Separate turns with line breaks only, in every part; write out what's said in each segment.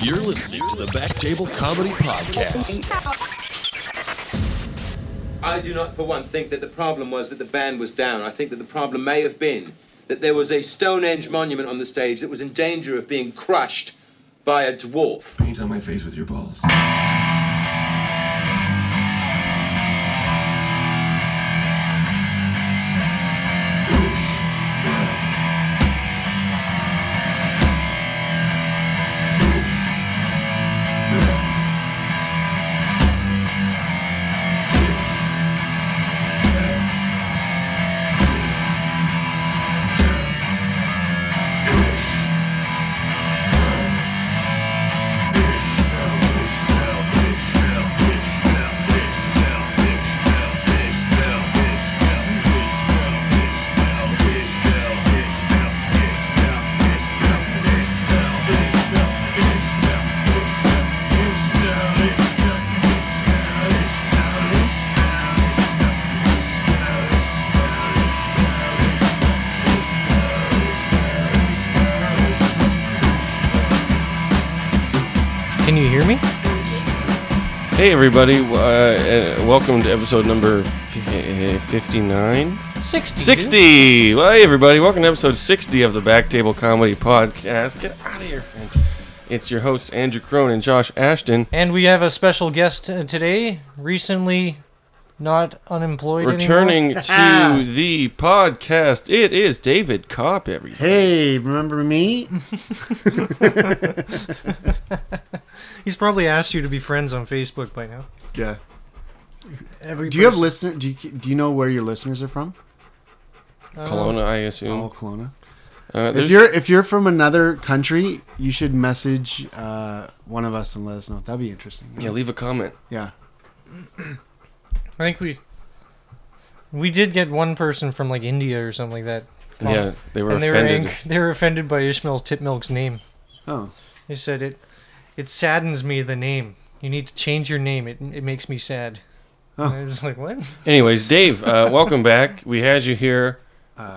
You're listening to the Back Table Comedy Podcast.
I do not, for one, think that the problem was that the band was down. I think that the problem may have been that there was a Stonehenge monument on the stage that was in danger of being crushed by a dwarf.
Paint on my face with your balls. Whoosh. Yeah. Whoosh. Yeah. Whoosh. Yeah. Whoosh. Yeah. Whoosh.
Can you hear me?
Hey everybody, w- uh, uh, welcome to episode number fi- uh, 59?
60.
60! Well, hey everybody, welcome to episode 60 of the Back Table Comedy Podcast. Get out of here, friend. It's your hosts Andrew Crone and Josh Ashton.
And we have a special guest uh, today, recently not unemployed anymore.
Returning to the podcast, it is David Kopp, everybody.
Hey, remember me?
He's probably asked you to be friends on Facebook by now.
Yeah.
Every
Do you have
person-
listener? Do you, do you know where your listeners are from?
Kelowna, I
All
assume.
Kelowna.
Uh,
Oh. If
there's-
you're if you're from another country, you should message uh, one of us and let us know. That'd be interesting.
yeah, leave a comment.
Yeah.
I think we we did get one person from like India or something like that.
Yeah, they were
and they
offended.
were ang- they were offended by Ishmael's tip milk's name.
Oh.
They said it it saddens me the name. You need to change your name. It it makes me sad.
Oh.
And I was like, what?
Anyways, Dave, uh, welcome back. We had you here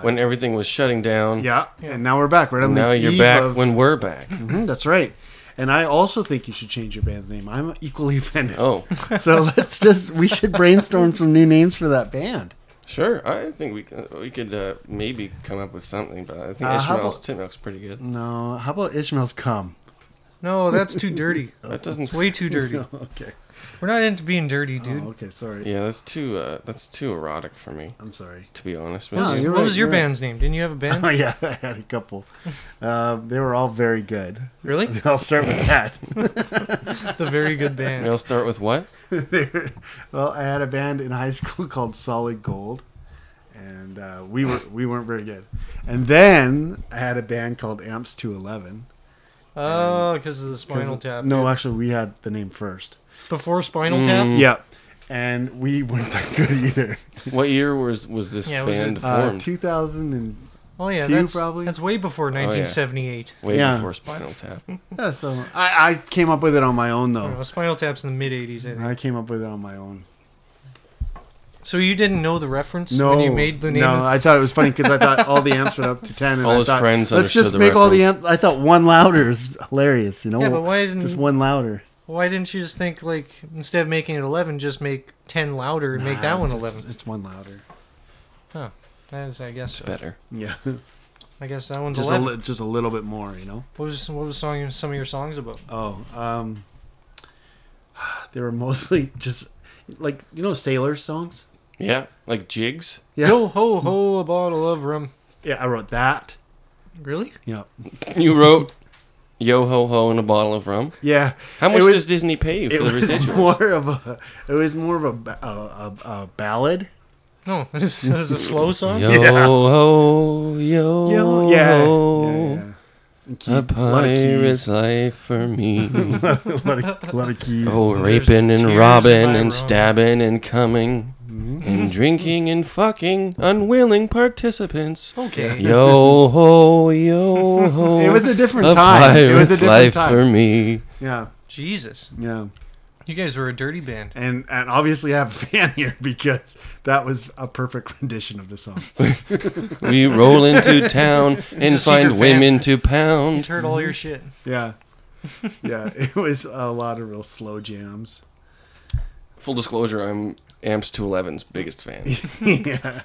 when everything was shutting down.
Uh, Yeah. And now we're back. Right on
Now
the
you're
eve
back
of-
when we're back.
Mhm, that's right. And I also think you should change your band's name. I'm equally offended.
Oh,
So let's just we should brainstorm some new names for that band.
sure. I think we c- we could uh, maybe come up with something, but I think
Uh, how
Ishmael's
about-
tit milk's pretty good.
No, how about Ishmael's come?
No, that's too dirty.
That doesn't.
It's way too dirty.
okay.
We're not into being dirty, dude.
Oh, okay. Sorry.
Yeah, that's too uh, that's too erotic for me,
I'm sorry.
to be honest with
No,
you.
you're
what
right,
was your
you're right.
band's name? Didn't you have a
Oh
band?
yeah, I had a couple. Um, they were all very good.
really?
I'll start with that.
The very good
Maybe I'll
band.
start with what?
They were- well, I had a band in high school called Solid Gold, and uh, we were we weren't very good. And then I had a band called Amps Two Eleven.
Oh, because of the Spinal Tap.
No, Mm. actually, we had the name first.
Before Spinal Tap?
Yeah, and we weren't that good either.
What year was was this
Yeah, was
band
it,
Uh,
formed?
Two thousand and
Oh yeah,
Two,
that's
probably? Oh,
that's way before 1978.
Way
yeah.
before Spinal Tap.
yeah, so I, I came up with it on my own
You know,
though.
Spinal Tap's in the mid 80s, I think.
I came up with it on my own.
So you didn't know the reference
No,
when you made the name?
No,
of-
I thought it was funny because I thought all the amps went up to ten, and
All
I
his
thought,
friends
let's
understood
just
the
make all the amps. I thought one louder is hilarious, you know.
Yeah, but why didn't-
just one louder?
Why didn't you just think like instead of making it 11, just make 10 louder and make that
Nah,
one
it's-
11?
It's, it's one louder.
That is, I guess.
Better.
Yeah,
I guess that one's
just a
11.
li- just a little bit more, you know.
what was what was song, some of your songs about?
Oh, um, they were mostly just like you know sailor songs.
Yeah, like jigs.
Yeah,
Yo ho ho, a bottle of rum.
yeah. I wrote that.
Really?
Yeah,
You wrote "Yo ho ho" and a bottle of rum.
yeah.
How
It
much
was-
does Disney pay you
it
for the
was
residual?
more of a it was more of a ba- a, a, a ballad.
No, it was, it was a slow song.
Yo ho yo
Oh.
Yeah, yeah,
ho.
yeah, yeah.
A
lot of
pirate's
keys.
life for me.
lot of, lot of keys.
oh,
There's
raping and
tears
robbing
by Ron.
and stabbing and coming
Mm-hmm.
and drinking and fucking unwilling participants.
Okay.
Yo ho yo ho.
It was a different
a
time. It was a
pirate's
different
life
time.
for me.
Yeah,
Jesus.
yeah.
You guys were a dirty band.
And and obviously I have a fan here because that was a perfect rendition of the song.
We roll into town and
a secret
find
fan.
women to
He's
pound.
Mm-hmm.
heard all your shit.
Yeah. yeah, it was a lot of real slow jams.
Full disclosure, I'm Amps 211's biggest fan.
yeah,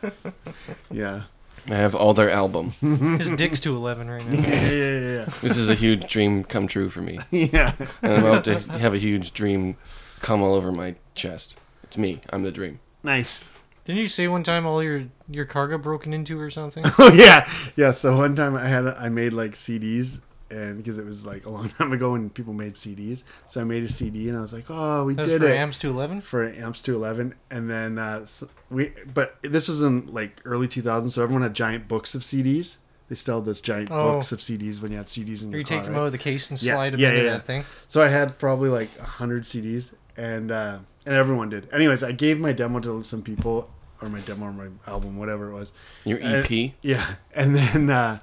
yeah,
I have all their album.
His dick's to eleven right now.
yeah, yeah,
This is a huge dream come true for me.
yeah. yeah.
And I'm about to have a huge dream come all over my chest. It's me. I'm the dream.
Nice.
Didn't you say one time all your your car got broken into or something?
Oh yeah, yeah. So one time I had I made like CDs, and because it was like a long time ago when people made CDs, so I made a CD and I was like, oh, we
That's
did
for
it
Amps to eleven.
for Amps two eleven, and then uh, s we but this was in like early 2000s, so everyone had giant books of CDs. They still had those giant
Oh.
books of CDs when you had CDs in your
You
car.
take them
right?
out of the case and
Yeah,
slide them
yeah,
into
yeah, yeah.
that thing.
So I had probably like a hundred CDs, and uh, and everyone did. Anyways, I gave my demo to some people, or my demo, or my album, whatever it was.
Your E
And-
EP?
yeah, and then uh,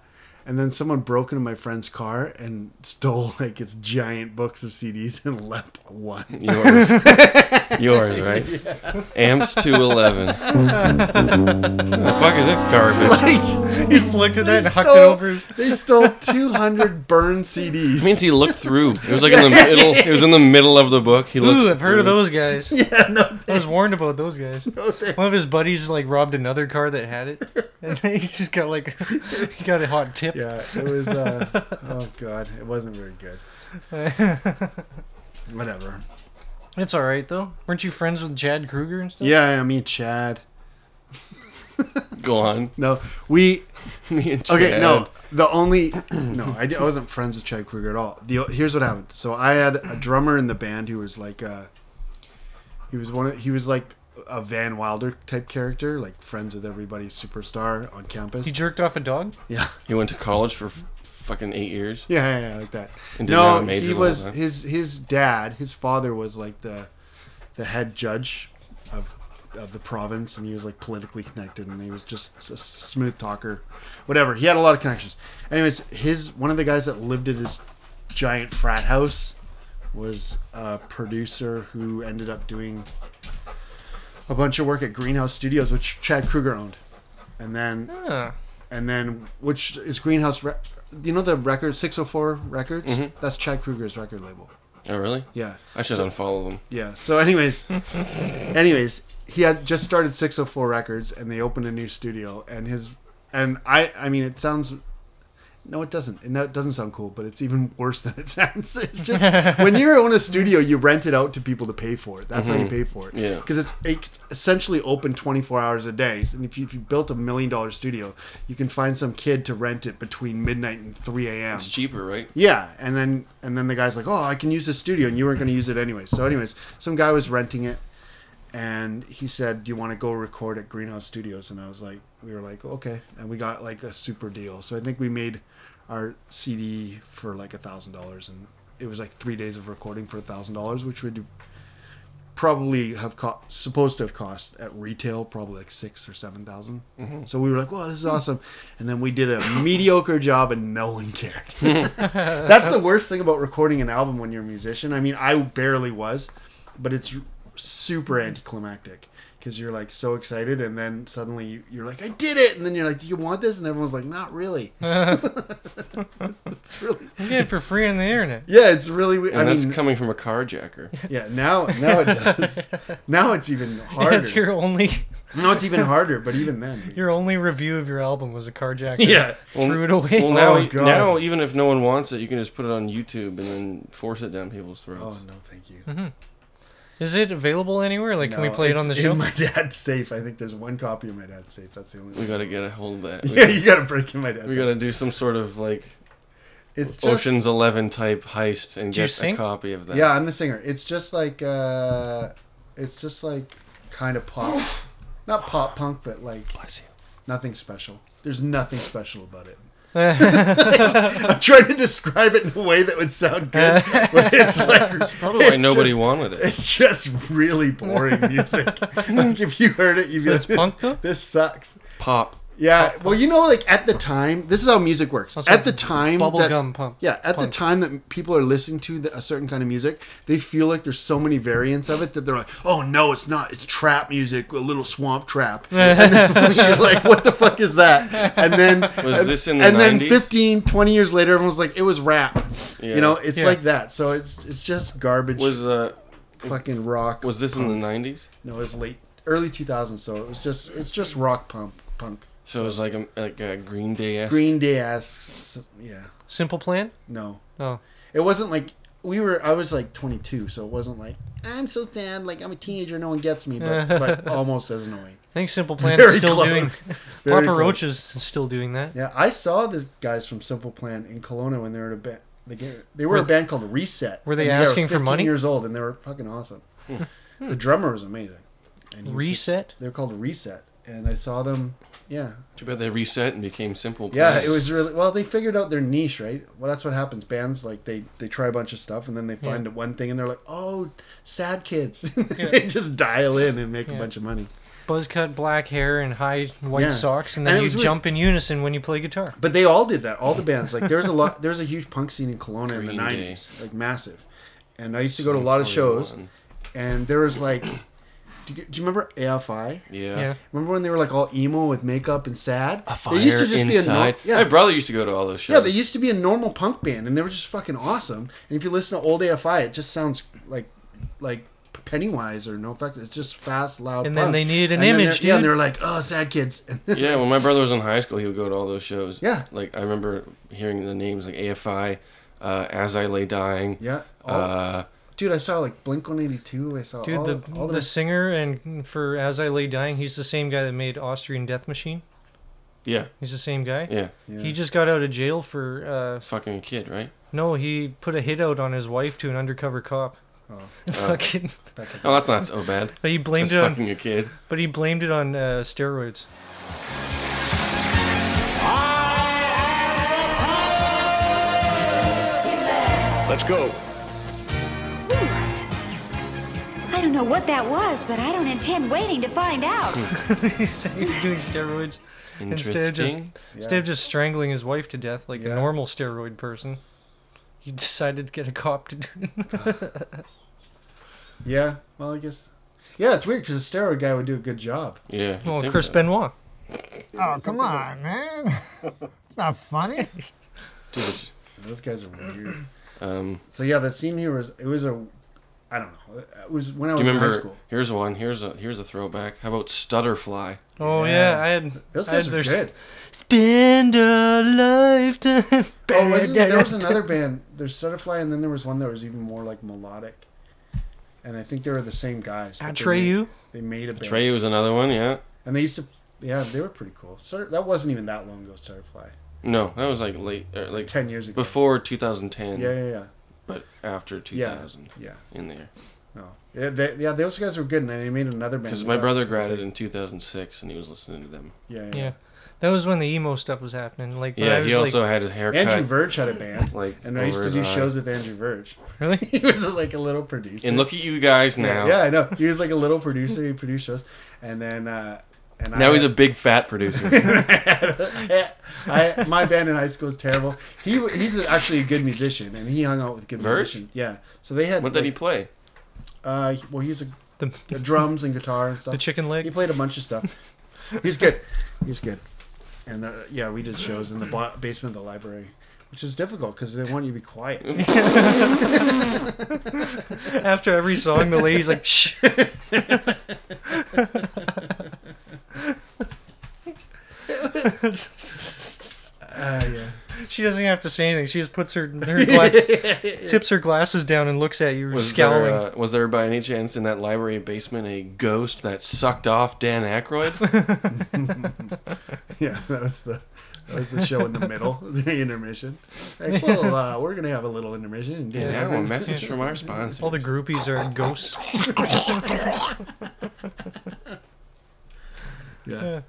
and then someone broke into my friend's car and stole like its giant books of CDs and left one.
Yours. Yours, right? Amps 211. the fuck is that garbage?
Like he looked at
that and hucked it over.
They stole two hundred burn CDs.
It means he looked through. It was like in the middle. It was in the middle of the book. He looked.
Ooh, I've heard of those guys.
yeah, no,
I was warned about those guys. One of his buddies like robbed another car that had it, and he just got like he got a hot tip.
yeah, it was. Uh, oh god, it wasn't very good. Whatever.
It's all right though. Weren't you friends with Chad Kruger and stuff?
Yeah, yeah, me and Chad.
Go on.
No, we
Me and Chad.
okay. No, the only no, I, di- I wasn't friends with Chad Kruger at all. The here's what happened. So I had a drummer in the band who was like a he was one of he was like a Van Wilder type character, like friends with everybody, superstar on campus.
He jerked off a dog.
Yeah,
He went to college for f- fucking eight years.
yeah, yeah, yeah like that.
And didn't
no,
have a major
he
and all
was
that.
his his dad. His father was like the the head judge of of the province, and he was like politically connected, and he was just a s- smooth talker, whatever. He had a lot of connections. Anyways, his one of the guys that lived at his giant frat house was a producer who ended up doing a bunch of work at Greenhouse Studios, which Chad Kruger owned, and then
Huh.
and then which is Greenhouse. Re- you know the record 604 Records? That's Chad Kruger's record label.
Oh really?
Yeah.
I should unfollow them.
Yeah. So, anyways, anyways, he had just started 604 Records, and they opened a new studio. And his, and I, I mean, it sounds, no, it doesn't. No, it doesn't sound cool, but it's even worse than it sounds. It's just when you own a studio, you rent it out to people to pay for it. That's how you pay for it.
Yeah.
Because it's, it's essentially open 24 hours a day. And if you, if you built a million dollar studio, you can find some kid to rent it between midnight and 3 a.m.
It's cheaper, right?
Yeah, and then and then the guy's like, "Oh, I can use this studio," and you weren't going to use it anyway. So, anyways, some guy was renting it, and he said, "Do you want to go record at Greenhouse Studios?" And I was like, "We were like, okay," and we got like a super deal. So I think we made our CD for like a thousand dollars, and it was like three days of recording for a thousand dollars, which would probably have co- supposed to have cost at retail probably like six or seven thousand. So we were like, "Wow, this is awesome!" And then we did a mediocre job, and no one cared. That's the worst thing about recording an album when you're a musician. I mean, I barely was, but it's super anticlimactic because you're like so excited, and then suddenly you- you're like, "I did it!" And then you're like, "Do you want this?" And everyone's like, "Not really." it's really,
You get it for free on the internet.
yeah, it's really. we-
And
I
that's
mean,
coming from a carjacker.
yeah. Now, now it does. now it's even harder.
That's your only
Now it's even harder. But even then,
your only review of your album was a carjacker.
Yeah.
threw it away.
Well, now,
Oh, God.
now even if no one wants it, you can just put it on YouTube and then force it down people's throats.
oh no, thank you.
Is it available anywhere? Like, can Mm-hmm. we
No,
play it
it's
on the
in
show?
my dad's safe. I think there's one copy of my dad's safe. That's the only.
We
one.
gotta get a hold of that. We,
Yeah, you gotta break in my dad's.
we
safe.
gotta do some sort of like
It's just
Ocean's Eleven type heist and
Do you
get a
sing?
copy of that.
Yeah, I'm the singer. It's just like uh it's just like kind of pop. Not pop punk, but like
Bless you.
nothing special. There's nothing special about it.
Eh,
I'm trying to describe it in a way that would sound good, but it's like
Probably why nobody wanted it.
it's just really boring music. like if you heard it, you'd be
It's
like,
punk,
this,
though?
this sucks.
Pop.
Yeah. Well, you know, like at the time, this is how music works.
That's
at
what
the time,
bubble
that-
gum pump-
Yeah, at the
punk.
time that people are listening to the, a certain kind of music, they feel like there's so many variants of it that they're like, "Oh no, it's not. It's trap music, a little swamp trap." and then you're like, "What the fuck is that?" And then
Was this in the
and then
90s?
15, 20 years later, everyone's like, "It was rap."
Yeah.
You know, it's
Yeah.
like that. So it's it's just garbage.
Was uh,
fucking rock?
was this in the '90s?
no? It was late, early 2000s. So it was just it's just rock pump punk.
So it was like a like a Green Day esque.
Green Day asks, yeah,
Simple Plan?
no.
Oh.
It wasn't like we were. I was like 22, so it wasn't like I'm so sad. Like I'm a teenager, no one gets me, but, but almost as annoying.
I think Simple Plan's
Very
still
close.
doing.
Very
Papa
close.
Roach is still doing that.
Yeah, I saw the guys from Simple Plan in Kelowna when they were at a band. They, ga- they were, a band called Reset.
were they
and guys
asking for
15
money? Hmm.
Years old, and they were fucking awesome. the drummer was amazing. And he was just-
Reset?
They were called Reset, and I saw them. Yeah,
Too bad they reset and became Simple.
Yeah,
Plan.
it was really well. They figured out their niche, right? Well, that's what happens. Bands like they they try a bunch of stuff and then they find one thing and they're like, "Oh, sad kids." they just dial in and make
Yeah.
a bunch of money.
Buzz cut black hair and high white
Yeah.
socks, and
And
then
it
you
was weird.
jump in unison when you play guitar.
But they all did that. All the bands. Like there's a lot. There's a huge punk scene in Kelowna in the
Green Day.
'90s, like massive. And I used to go to a lot of shows,
41.
and there was like, do you, do you remember AFI?
Yeah.
Yeah.
Remember when they were like all emo with makeup and sad?
A fire
they used to just
inside.
be a no- yeah.
My brother used to go to all those shows.
Yeah, they used to be a normal punk band, and they were just fucking awesome. And if you listen to old AFI, it just sounds like like Pennywise or No Effect. It's just fast, loud.
And then
punk.
they needed an
And then
image,
they're- Yeah, and
dude.
they're like, oh, sad kids.
yeah, when my brother was in high school, he would go to all those shows.
Yeah.
Like I remember hearing the names like AFI, uh, As I Lay Dying.
yeah. Oh. All-
Uh,
dude, I saw like Blink One Eighty Two. I saw
Dude,
all
the,
the, all
the singer and for As I Lay Dying, he's the same guy that made Austrian Death Machine.
yeah,
He's the same guy.
yeah.
Yeah.
He just got out of jail for uh,
Fucking kid, right?
no. He put a hit out on his wife to an undercover cop.
Oh.
fucking,
Oh, that's not so bad.
but he blamed
That's
it on.
fucking a kid.
But he blamed it on uh, steroids.
Let's go.
I don't know what that was, but I don't intend waiting to find out.
He's doing steroids instead of just
Interesting.
instead of just strangling his wife to death like
Yeah.
a normal steroid person. He decided to get a cop to do.
yeah. Well, I guess. Yeah, it's weird because the steroid guy would do a good job.
Yeah. you'd
Well,
think
Chris
so.
Benoit.
Oh, come on, man. It's not funny.
Dude,
Those guys are weird.
Um,
so yeah, that scene here was it was a, I don't know. It was when I was
do you
in high
remember?
school.
Here's one. Here's a here's a throwback. How about Stutterfly?
Oh yeah, I had
Those
I had
guys
their
are
s-
good.
Spend a lifetime.
Oh, wasn't, there was another band. There's Shutterfly, and then there was one that was even more like melodic. And I think they were the same guys. but they made-
Atreyu.
They made a band.
Trey was another one. Yeah.
And they used to, yeah, they were pretty cool. Sir, that wasn't even that long ago, Shutterfly.
No, that was like late, or like
Ten years ago.
before 2010.
Yeah, yeah, yeah,
But after
yeah,
2000,
yeah.
in there.
No, yeah, they, yeah, those guys were good, and they made another band.
Because my
Yeah.
brother graduated in 2006, and he was listening to them.
Yeah, yeah.
Yeah, that was when the emo stuff was happening. Like, but I
Yeah,
was
he also
like,
had his hair
Andrew
cut.
Verge had a band,
Like,
and I used
over
to
his
do
eye.
shows with Andrew Verge.
really.
He was like a little producer.
And look at you guys now.
yeah, yeah, I know. He was like a little producer. He produced shows, and then uh, and I
Now he's
had-
a big fat producer.
I, my band in high school is terrible. He w- he's actually a good musician, and he hung out with good
Verge?
musicians. Yeah, so they had.
what did he
like,
play?
Uh, he- well, he was a,
The,
a drums and guitar and stuff.
the chicken
He
leg.
played a bunch of stuff. He's good. He's good. And uh, yeah, we did shows in the bo- basement of the library, which is difficult because they want you to be quiet.
After every song, the lady's like, "Shh." Ah,
Uh, yeah.
She doesn't have to say anything. She just puts her, her gla- tips her glasses down and looks at you,
Was
scowling.
there, uh, was there by any chance in that library basement a ghost that sucked off Dan Aykroyd? uh,
Yeah, that was the that was the show in the middle, the intermission. Like, well, uh, we're gonna have a little intermission. And do
and
that.
now a message from our sponsor.
All the groupies are ghosts.
Yeah.
Uh,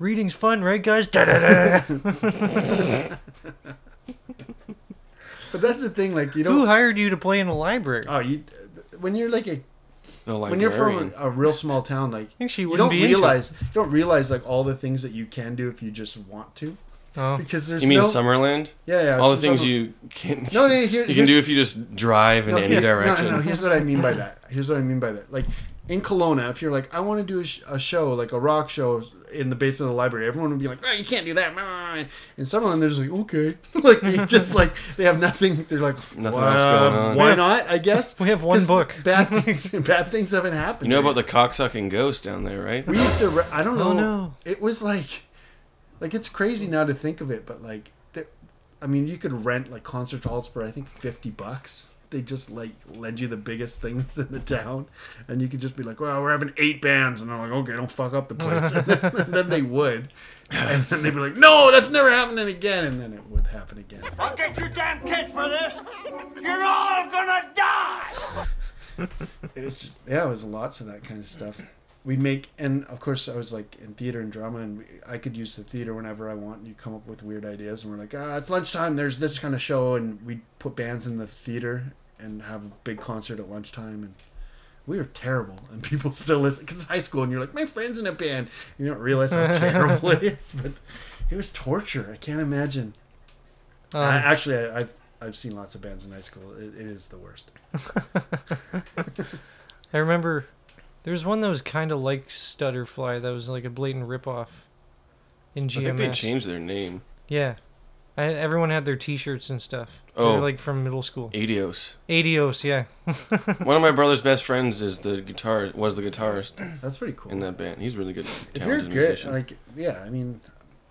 Reading's fun, right, guys?
But that's the thing, like you
Who
don't.
hired you to play in a library?
Uh, Oh, you when you're like a
the librarian.
when you're from a, a real small town, like
think she
you
wouldn't
don't
be into it.
realize you don't realize like all the things that you can do if you just want to.
Oh,
Because there's
you mean
no,
Summerland?
Yeah, yeah.
All the
so-
things
so-
you can
No, no, here-
you can do
here's-
if you just drive in
no,
any
here-
direction.
No, no, no. Here's what I mean by that. Here's what I mean by that. Like in Kelowna, if you're like, I want to do a, sh- a show, like a rock show in the basement of the library, everyone would be like, oh, you can't do that. And some of them, they're just like, okay. like, they just like, they have nothing. They're like,
Nothing
"Why-
else going on."
Why
Yeah.
not? I guess.
We have one
'Cause
book.
Bad things, bad things haven't happened.
You know about the cocksucking ghost down there, right?
We used to. Re- I don't know.
Oh, no.
It was like, like it's crazy now to think of it, but like, th- I mean, you could rent like concert halls for I think fifty bucks. They just like lend you the biggest things in the town, and you could just be like, "Well, we're having eight bands," and they're like, "Okay, don't fuck up the place." and, then, they would, and then they'd be like, "No, that's never happening again," and then it would happen again.
I'll get you damn kids for this. You're all gonna die.
It was just yeah, it was lots of that kind of stuff. We'd make and of course I was like in theater and drama and we, I could use the theater whenever I want. And you come up with weird ideas and we're like, ah, it's lunchtime. There's this kind of show and we'd put bands in the theater and have a big concert at lunchtime and we were terrible and people still listen because it's high school and you're like my friend's in a band you don't realize how terrible it is but it was torture i can't imagine
um,
I, actually I, I've, I've seen lots of bands in high school it, it is the worst
I remember there was one that was kind of like Stutterfly that was like a blatant ripoff in
I think they
GMS.
changed their name.
yeah, I, everyone had their T-shirts and stuff. they
Oh.
were like from middle school.
Adios.
Adios, yeah.
One of my brother's best friends is the guitar was the guitarist
that's pretty cool
in that band. He's really good.
if you're
Talented
good,
musician.
like yeah, I mean,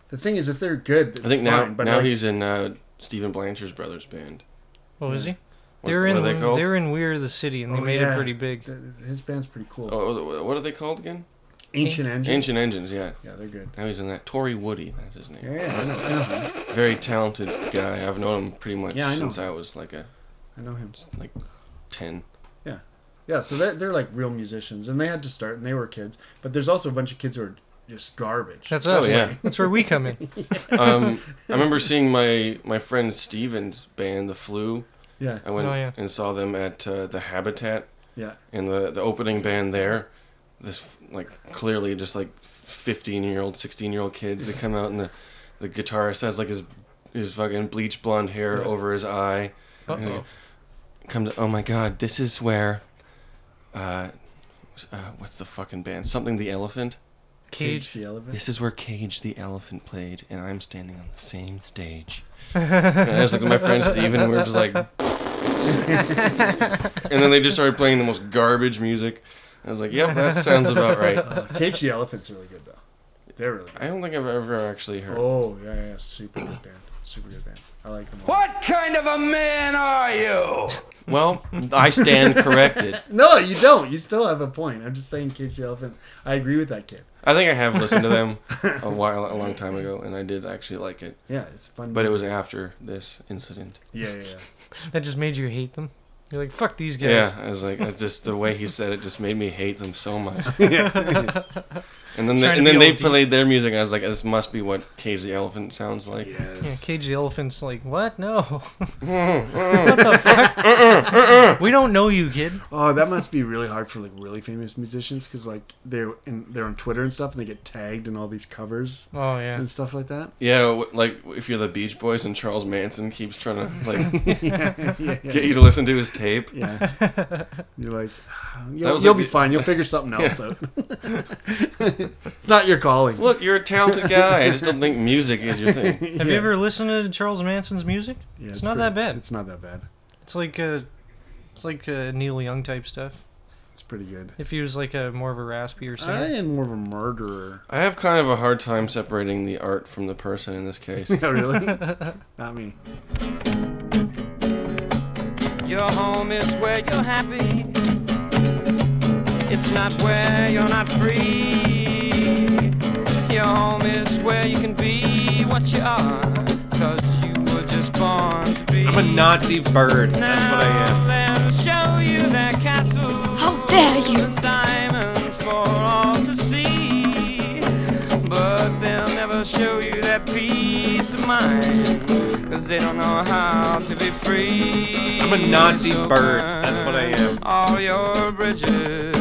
the thing is, if they're good, it's
I think now
fine, but
now
like,
he's in uh, Stephen Blanchard's brother's band.
What was he?
What-
They were
what
in
are they called?
they were in We're the City and they
Oh,
made
yeah.
it pretty big.
th- his band's pretty cool.
Oh, what are they called again?
Ancient Engine.
Ancient Engines. Yeah.
Yeah, they're good.
Now he's in that. Tori Woody. That's his name.
Yeah, yeah, I know, I know him.
Very talented guy. I've known him pretty much
Yeah, I know.
since I was like a
I know him.
like ten.
Yeah, so they're, they're like real musicians, and they had to start, and they were kids. But there's also a bunch of kids who are just garbage.
That's
Oh,
us.
yeah.
That's where we come in.
Um, I remember seeing my my friend Steven's band, The Flu.
yeah,
I went
Oh, yeah.
and saw them at uh, the Habitat
yeah.
and the the opening band there. This like clearly just like fifteen year old, sixteen year old kids. They come out and the the guitarist has like his his fucking bleach blonde hair over his eye. And he Comes. Oh my god! This is where. Uh, uh, what's the fucking band? Something the elephant.
Cage
Cage.
the elephant.
This is where Cage the Elephant played, and I'm standing on the same stage. and I was looking at my friend Steven, and we were just like. and then they just started playing the most garbage music. I was like, yep, that sounds about right.
Uh, Cage the elephant's really good though. They're really good.
I don't think I've ever actually heard.
Oh yeah, yeah, super good band. Super good band. I like them. All.
What kind of a man are you?
Well, I stand corrected.
No, you don't. You still have a point. I'm just saying, Cage the elephant. I agree with that kid.
I think I have listened to them a while, a long time ago, and I did actually like it.
Yeah, it's fun.
But it was after this incident.
yeah, yeah, yeah.
That just made you hate them. You're like, fuck these guys.
Yeah, I was like, I just the way he said it just made me hate them so much. and then they,
Trying to
and then
be
they
all deep.
played their music. I was like, this must be what Cage the Elephant sounds like.
Yeah, Cage the elephant's like, what? No. what the fuck? we don't know you, kid.
Oh, that must be really hard for like really famous musicians because like they're in, they're on Twitter and stuff, and they get tagged in all these covers
Oh yeah.
and stuff like that.
Yeah, w- like if you're the Beach Boys and Charles Manson keeps trying to like get you to listen to his tape.
Yeah, you're like, "Ah,
That
you'll,
was
you'll
like
be
the-
fine. You'll figure something else out. it's not your calling.
Look, you're a talented guy. I just don't think music is your thing.
Have you ever listened to Charles Manson's music?
Yeah,
it's, not that
pretty-
bad. It's,
It's not that bad.
like uh it's like uh Neil Young type stuff.
It's pretty good.
If he was like a more of a raspier
I
singer.
am more of a murderer.
I have kind of a hard time separating the art from the person in this case.
Yeah, really? not me.
Your home is where you're happy. It's not where you're not free. Your home is where you can be what you are. Cause you were just born to be.
I'm a Nazi bird. That's what I am.
They'll show you their castle.
How dare you!
With diamonds for all to see. But they'll never show you that peace of mind. Cause they don't know how to be free.
I'm a Nazi bird. That's what I am.
all your bridges.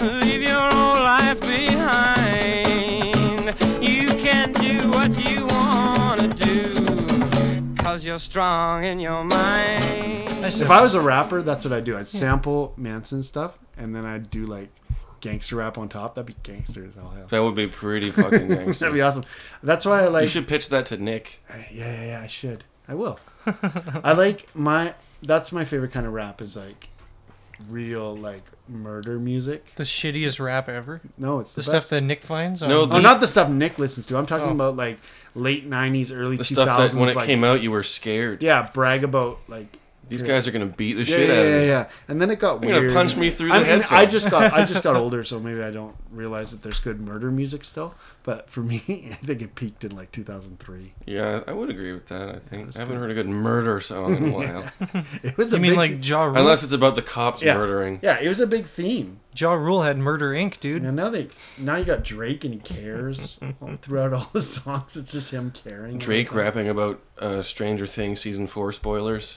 Leave your old life behind. You can do what you wanna do. Cause you're strong in your mind.
If I was a rapper, that's what I'd do. I'd sample Manson stuff, and then I'd do like gangster rap on top. That'd be gangster as hell.
That would be pretty fucking
That'd
gangster.
be awesome. That's why I
You
like.
should pitch that to Nick.
Yeah, yeah, yeah. I should. I will. I like my. That's my favorite kind of rap is like real like murder music.
The shittiest rap ever.
No, it's the,
The stuff
best.
that Oh. Nick finds. On
No,
Oh,
the-
not the stuff Nick listens to. I'm talking about like late '90s, early
The
2000s.
stuff that when it
like,
came out, you were scared.
Yeah, brag about like
These
yeah.
guys are gonna beat the
Yeah,
shit
yeah,
out of
yeah,
me.
yeah. And then it got
You're
weird.
gonna punch me through
I
the
mean,
head
I
for-
just got I just got older, so maybe I don't realize that there's good murder music still. But for me, I think it peaked in like 2003.
Yeah, I would agree with that. I think I haven't heard a good murder song in a while,
It was.
You
a
mean
big,
like Ja Rule?
unless it's about the cops
Uh-huh. yeah.
murdering.
Yeah, it was a big theme.
Ja Rule had Murder Inc., dude.
And now they now you got Drake and he cares all, throughout all his songs. It's just him caring.
Drake rapping about uh, Stranger Things season four spoilers.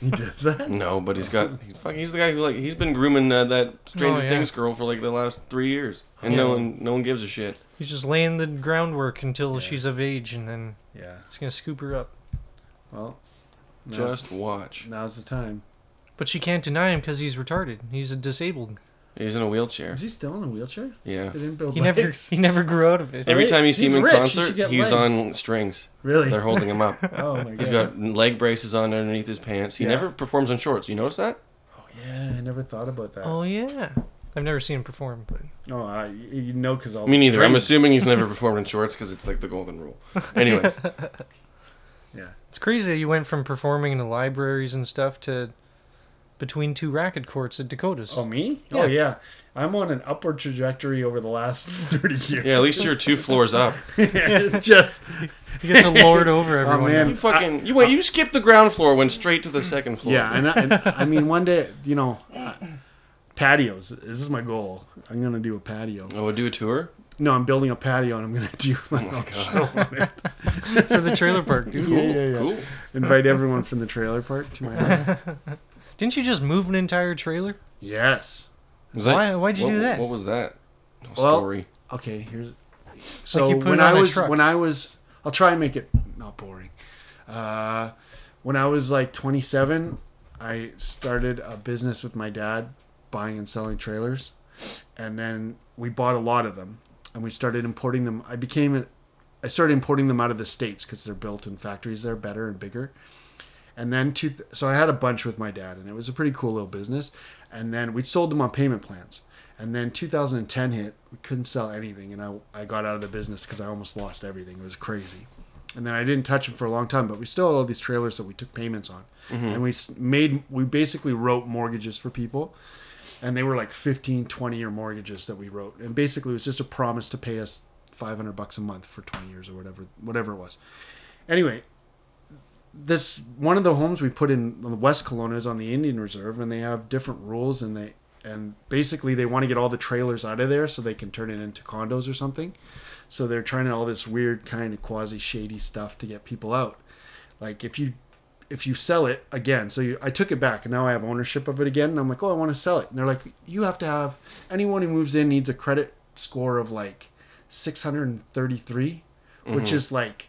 He does that.
No, but he's got he- fuck. He's the guy who like he's been grooming uh, that Stranger
Oh, yeah.
Things girl for like the last three years, and no one no one gives a shit.
He's just laying the groundwork until she's of age, and then
Yeah.
he's gonna scoop her up.
Well, now's,
Just watch.
now's the time.
But she can't deny him because he's retarded. He's a disabled.
He's in a wheelchair.
Is he still in a wheelchair?
Yeah.
They didn't build
He never
legs.
he never grew out of it.
Every
Right?
time you see
He's
him in
rich, he should
concert,
get
he's
legs.
on strings.
Really?
They're holding him up.
Oh my god.
He's got leg braces on underneath his pants. He
Yeah.
never performs in shorts. You notice that?
Yeah, I never thought about that.
Oh yeah, I've never seen him perform, but
Oh, I, you know, because all
Me
the
neither. I'm
strings-
assuming he's never performed in shorts because it's like the golden rule. Anyways,
it's crazy that you went from performing in libraries and stuff to between two racket courts at Dakotas.
Oh, me? Oh, yeah. I'm on an upward trajectory over the last 30 years.
yeah, at least you're two floors up.
it's just.
He gets to lord over
Oh,
everyone.
man.
You fucking you went you skipped the ground floor, went straight to the second floor.
Yeah, and I, and I mean, one day, you know, uh, patios. This is my goal. I'm going to do a patio.
Oh,
I would do a tour.
No, I'm building a patio and I'm going to do Oh my own show on it.
for the trailer park, dude.
Yeah, yeah, yeah.
Cool.
Invite everyone from the trailer park to my house.
Didn't you just move an entire trailer?
Yes.
Is
Why- why'd you
what-
do that?
What was that? No
Well-
story.
Okay, here's. So
you put
when
it on
I
a
was
truck.
when I was, I'll try and make it not boring. Uh, when I was like 27, I started a business with my dad, buying and selling trailers, and then we bought a lot of them, and we started importing them. I became, a, I started importing them out of the states because they're built in factories there better and bigger. And then two, so I had a bunch with my dad, and it was a pretty cool little business. And then we sold them on payment plans. And then 2010 hit, we couldn't sell anything, and I, I got out of the business because I almost lost everything. It was crazy. And then I didn't touch them for a long time, but we still had all these trailers that we took payments on, and we s- made we basically wrote mortgages for people, and they were like 15, 20 year mortgages that we wrote, and basically it was just a promise to pay us 500 bucks a month for 20 years or whatever whatever it was. Anyway, this one of the homes we put in the West Kelowna is on the Indian Reserve, and they have different rules, and they and basically they want to get all the trailers out of there so they can turn it into condos or something. So they're trying all this weird kind of quasi shady stuff to get people out. Like if you if you sell it again, so you, I took it back and now I have ownership of it again, and I'm like, oh, I want to sell it, and they're like, you have to have anyone who moves in needs a credit score of like 633, which is like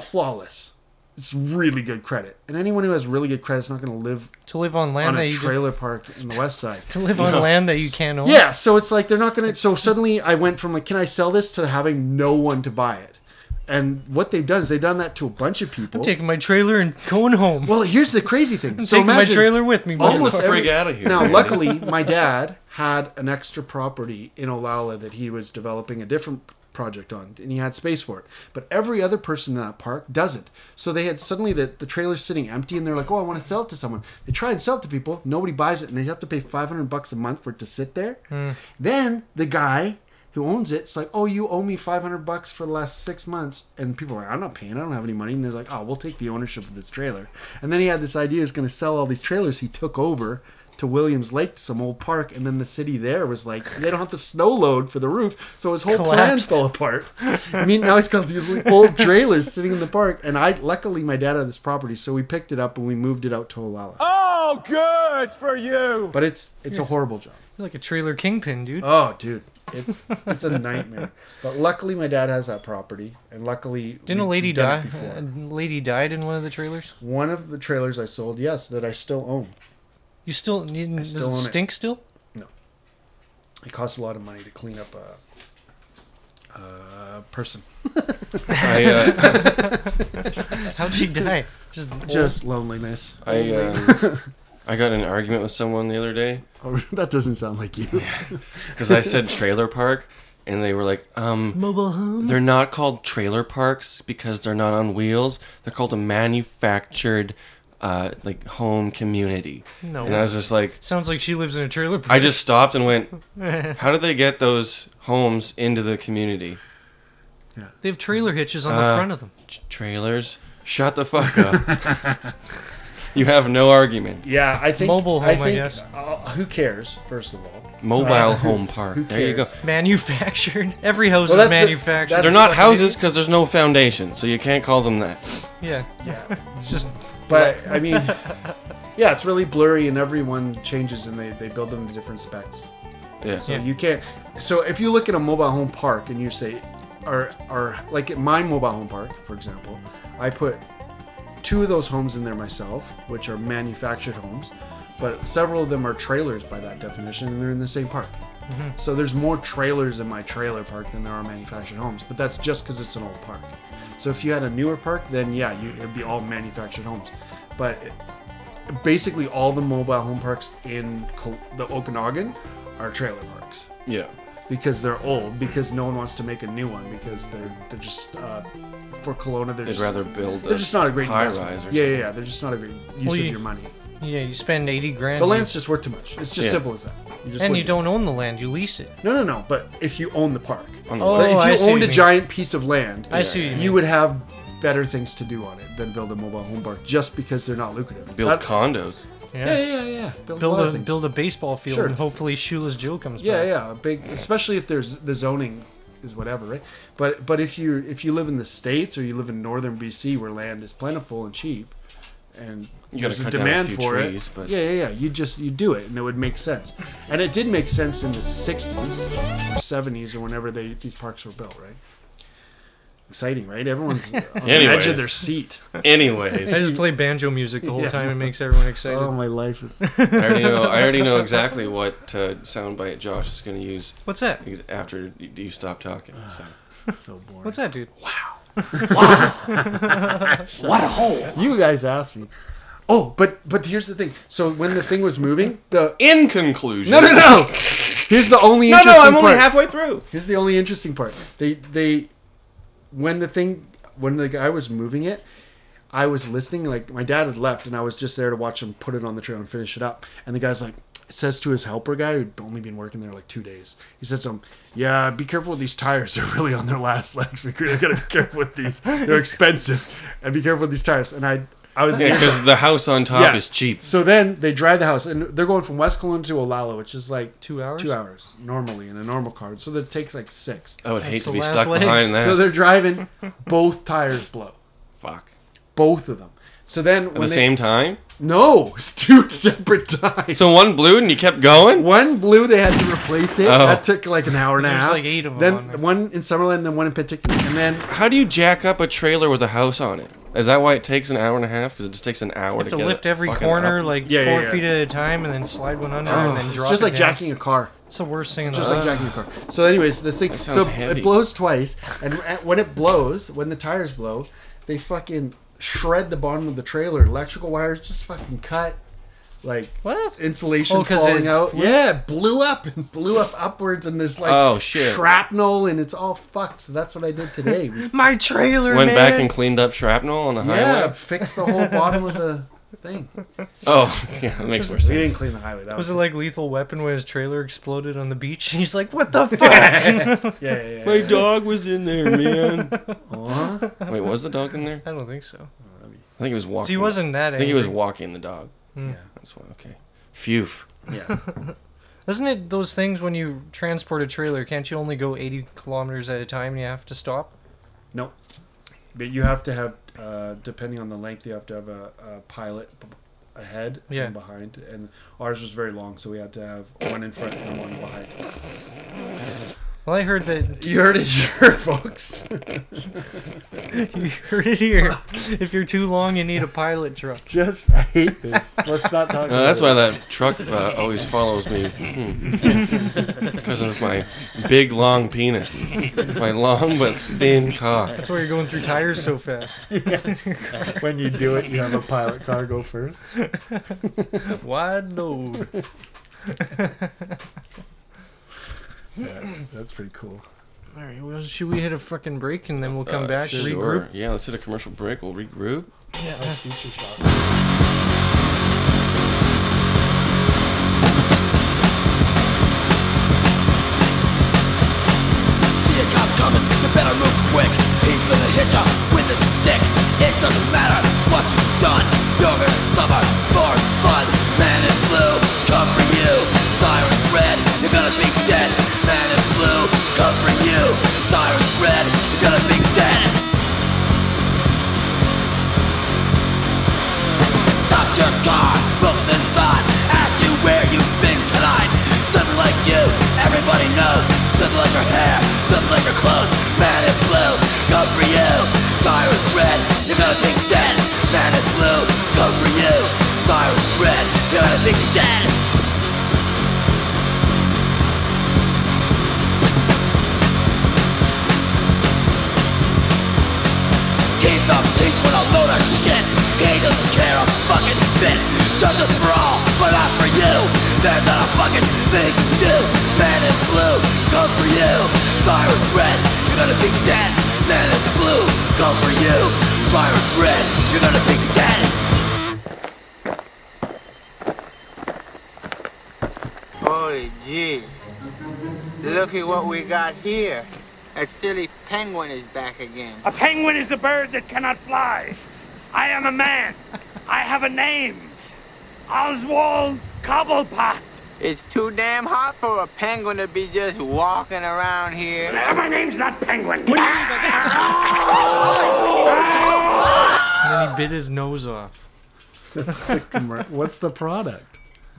flawless. It's really good credit. And anyone who has really good credit is not going to live
To live on land
on
that
a
you
trailer park in the west side.
to live on land that you can't own.
Yeah, so it's like they're not going to. So suddenly I went from like, can I sell this to having no one to buy it? And what they've done is they've done that to a bunch of people.
I'm taking my trailer and going home.
well, here's the crazy thing. so
taking my
imagine,
trailer with me.
almost
Get the frig
every-
outta here,
Now,
Randy.
luckily, my dad had an extra property in Olalla that he was developing a different project on, and he had space for it. But every other person in that park doesn't. So they had suddenly the, the trailer sitting empty, and they're like, "Oh, I want to sell it to someone." They try and sell it to people. Nobody buys it, and they have to pay five hundred bucks a month for it to sit there. Then the guy. Who owns it? It's like, oh, you owe me five hundred bucks for the last six months, and people are like, I'm not paying. I don't have any money. And they're like, oh, we'll take the ownership of this trailer. And then he had this idea: he's going to sell all these trailers he took over to Williams Lake to some old park, and then the city there was like they don't have the snow load for the roof, so his whole plan
Collapsed.
fell apart. I mean, now he's got these old trailers sitting in the park, and I luckily my dad had this property, so we picked it up and we moved it out to Olalla.
Oh, good for you.
But it's it's a horrible job.
You're like a trailer kingpin, dude.
Oh, dude, it's it's a nightmare. But luckily, my dad has that property, and luckily,
Didn't a
we-
lady
we've done
die?
it
A lady died in one of the trailers.
One of the trailers I sold, yes, that I still own.
You still, you, does
still own
it
it.
stink still?
It costs a lot of money to clean up a, a person.
I, uh,
How'd she die? Just
Just loneliness.
I um, I got in an argument with someone the other day
Oh, that doesn't sound like you.
because I said trailer park, and they were like, um,
mobile home.
they're not called trailer parks because they're not on wheels. They're called a manufactured, uh, like home community.
No.
And I was just like,
Sounds like she lives in a trailer.
I just stopped and went, how did they get those homes into the community?
They have trailer hitches on
Uh,
the front of them.
T- trailers, shut the fuck up. you have no argument.
Yeah, I think
Mobile
I
home, I
think
guess.
uh, who cares? First of all,
Mobile
Uh,
home park.
who
There you go.
cares?
Manufactured. Every house
Well,
is
that's the-
manufactured.
that's
They're not houses because there's no foundation, so you can't call them that.
Yeah.
Yeah.
It's just
But I mean, yeah, it's really blurry, and everyone changes, and they they build them to different specs.
Yeah.
So
Yeah.
you can't. So if you look at a mobile home park and you say, or or like at my mobile home park, for example, I put two of those homes in there myself, which are manufactured homes, but several of them are trailers by that definition, and they're in the same park. So there's more trailers in my trailer park than there are manufactured homes, but that's just because it's an old park. So if you had a newer park, then yeah, you, it'd be all manufactured homes. But it, basically, all the mobile home parks in Col- the Okanagan are trailer parks
Yeah.
because they're old. Because no one wants to make a new one because they're they're just uh, for Kelowna. They're
They'd
just,
rather build.
they're just not a great
high
investment.
rise. Or
yeah, yeah,
something.
yeah. They're just not a great use
Well,
of
you-
your money.
yeah. You spend eighty grand.
The
you-
land's just worth too much. It's just
Yeah.
simple as that. You just
and you
wouldn't-
don't own the land. You lease it.
No, no, no. But if you own the park,
On the
Oh,
left.
if you
I see what
owned
you
a
mean.
giant piece of land,
I see what you mean.
you would have better things to do on it than build a mobile home park just because they're not lucrative.
build
That-
condos.
Yeah,
Yeah.
yeah, yeah. yeah. Build,
Build
lot of
a
things.
build a baseball field
Sure.
and hopefully Shoeless Joe comes
Yeah,
back.
yeah, a big, especially if there's the zoning is whatever, right? But but if you if you live in the states or you live in northern BC where land is plentiful and cheap, and
You gotta
there's
cut
a
down a
demand
few
for
trees,
it,
but-
yeah, yeah, yeah, you just you do it and it would make sense, and it did make sense in the '60s or '70s or whenever they these parks were built, right? Exciting, right? Everyone's on the edge of
Anyways.
their seat.
Anyways,
I just play banjo music the whole
Yeah.
time. It makes everyone excited.
Oh, my life is.
I already know. I already know exactly what uh, soundbite Josh is going to use
What's that?
ex- after you- you stop talking. So.
So boring.
What's that, dude?
You guys asked me. Oh, but but here's the thing. So when the thing was moving, the
In conclusion,
No, no, no. Here's the only
no,
interesting
no, I'm
part.
only halfway through.
Here's the only interesting part. They they when the thing when the guy was moving it, I was listening like my dad had left and I was just there to watch him put it on the trailer and finish it up. And the guy's like says to his helper guy who'd only been working there like 2 days. He said to him, "Yeah, be careful with these tires. They're really on their last legs. We really got to be careful with these. They're expensive. And be careful with these tires." And I I was
Yeah, because the house on top is cheap.
So then they drive the house, and they're going from West Kelowna to Olalla, which is like
Two hours?
Two hours normally in a normal car. So that it takes like six.
I would hate
That's
to
the
be
last
stuck
legs.
behind that.
So they're driving, both tires blow,
Fuck.
both of them. So then
At
when
the
they,
same time.
no, it's two separate times.
So one blew and you kept going.
One blew, they had to replace it.
Oh.
That took like an hour and a
There's
half.
like eight of them
Then
on there.
one in Summerland, then one in particular, and then
How do you jack up a trailer with a house on it? Is that why it takes an hour and a half? Because it just takes an hour
You have
to
to
get
lift
it
every
fucking
corner
up.
like
Yeah, yeah,
four
yeah.
feet at a time and then slide one under and then
it's
drop
just
it
like
down.
jacking a car.
It's the worst thing in the
just
world.
like jacking a car. So, anyways, this thing
sounds
so
heavy.
it blows twice, and at- when it blows, when the tires blow, they fucking shred the bottom of the trailer. Electrical wires just fucking cut, like
What?
insulation
Oh, 'cause
falling
it
out.
flew-
Yeah, it blew up and blew up upwards, and there's like
Oh, shit.
shrapnel, and it's all fucked. So that's what I did today. We-
My trailer,
Went
man.
back and cleaned up shrapnel on the
yeah,
highway.
fixed the whole bottom of the thing.
Oh, yeah, that makes more
We
sense.
didn't clean the highway. That was,
Was it like Lethal Weapon when his trailer exploded on the beach? And he's like, "What the fuck?"
yeah, yeah, yeah.
My dog was in there, man.
Huh?
Wait, was the dog in there?
I don't think so.
I think he was walking.
So he wasn't that.
I think he was
angry.
walking the dog.
Hmm.
That's why. Okay.
Phew.
Yeah.
Isn't it those things when you transport a trailer? Can't you only go 80 kilometers at a time and you have to stop?
Nope. But you have to have, uh, depending on the length, you have to have a, a pilot b- ahead
Yeah.
and behind. And ours was very long, so we had to have one in front and one behind.
Well, I heard that.
You heard it here, folks.
you heard it here. If you're too long, you need a pilot truck.
Just, I hate this. Let's not talk
Uh, that's why
about it.
that truck uh, always follows me.
Hmm.
Because of my big, long penis. My long but thin cock.
That's why you're going through tires so fast.
when you do it, you have a pilot car go first.
Wide load.
Yeah, that's pretty cool.
All right, well, should we hit a fucking break and then we'll come
Uh,
back,
sure.
regroup?
Yeah, let's hit a commercial break. We'll regroup.
see a cop coming, you better move quick. He's gonna hit ya with a stick. It doesn't matter what you've done, you're gonna suffer for his fun. Man in blue, come for you. Siren red, you're gonna be dead. Man in blue, come for you. Siren red, you're gonna be dead. Stops your car, looks inside, asks you where you've been tonight. Doesn't like you, everybody knows. Doesn't like your hair, doesn't like your clothes. Man in blue, come for you. Sirens red, you're gonna be dead. Man in blue, come for you. Sirens red, you're gonna be dead. Keep the peace with a load of shit. He doesn't care a fucking bit. Justice for all, but not for you. There's not a fucking thing you can do. Man in blue, come for you. Sirens red, you're gonna be dead. Man in blue, come for you. Sirens red, you're gonna be dead.
Holy gee. Look at what we got here. That silly penguin is back again.
A penguin is a bird that cannot fly. I am a man. I have a name. Oswald Cobblepot.
It's too damn hot for a penguin to be just walking around here.
My name's not Penguin.
And then he bit his nose off.
What's the product?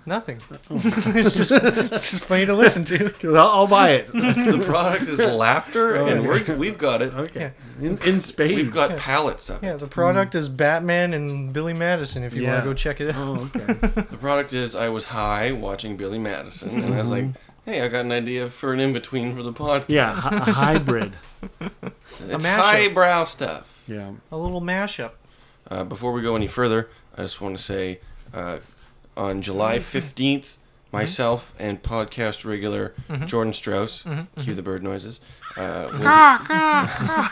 Nothing. it's, just, it's just funny to listen to.
Because I'll, I'll buy it.
The product is laughter,
Oh,
and
okay.
we're, we've got it. Okay.
In, in space.
We've got pallets of it.
Yeah, the product is Batman and Billy Madison. If you want
Yeah.
to go check it out.
Oh, okay.
The product is I was high watching Billy Madison, and I was like,
Mhm.
hey, I got an idea for an in between for the podcast.
Yeah, hy- a hybrid.
it's
mashup.
highbrow stuff.
Yeah.
A little mashup.
Uh, before we go any further, I just want to say uh, on July 15th, myself and podcast regular
Mhm.
Jordan Strauss,
Mhm,
cue the bird noises. Uh, will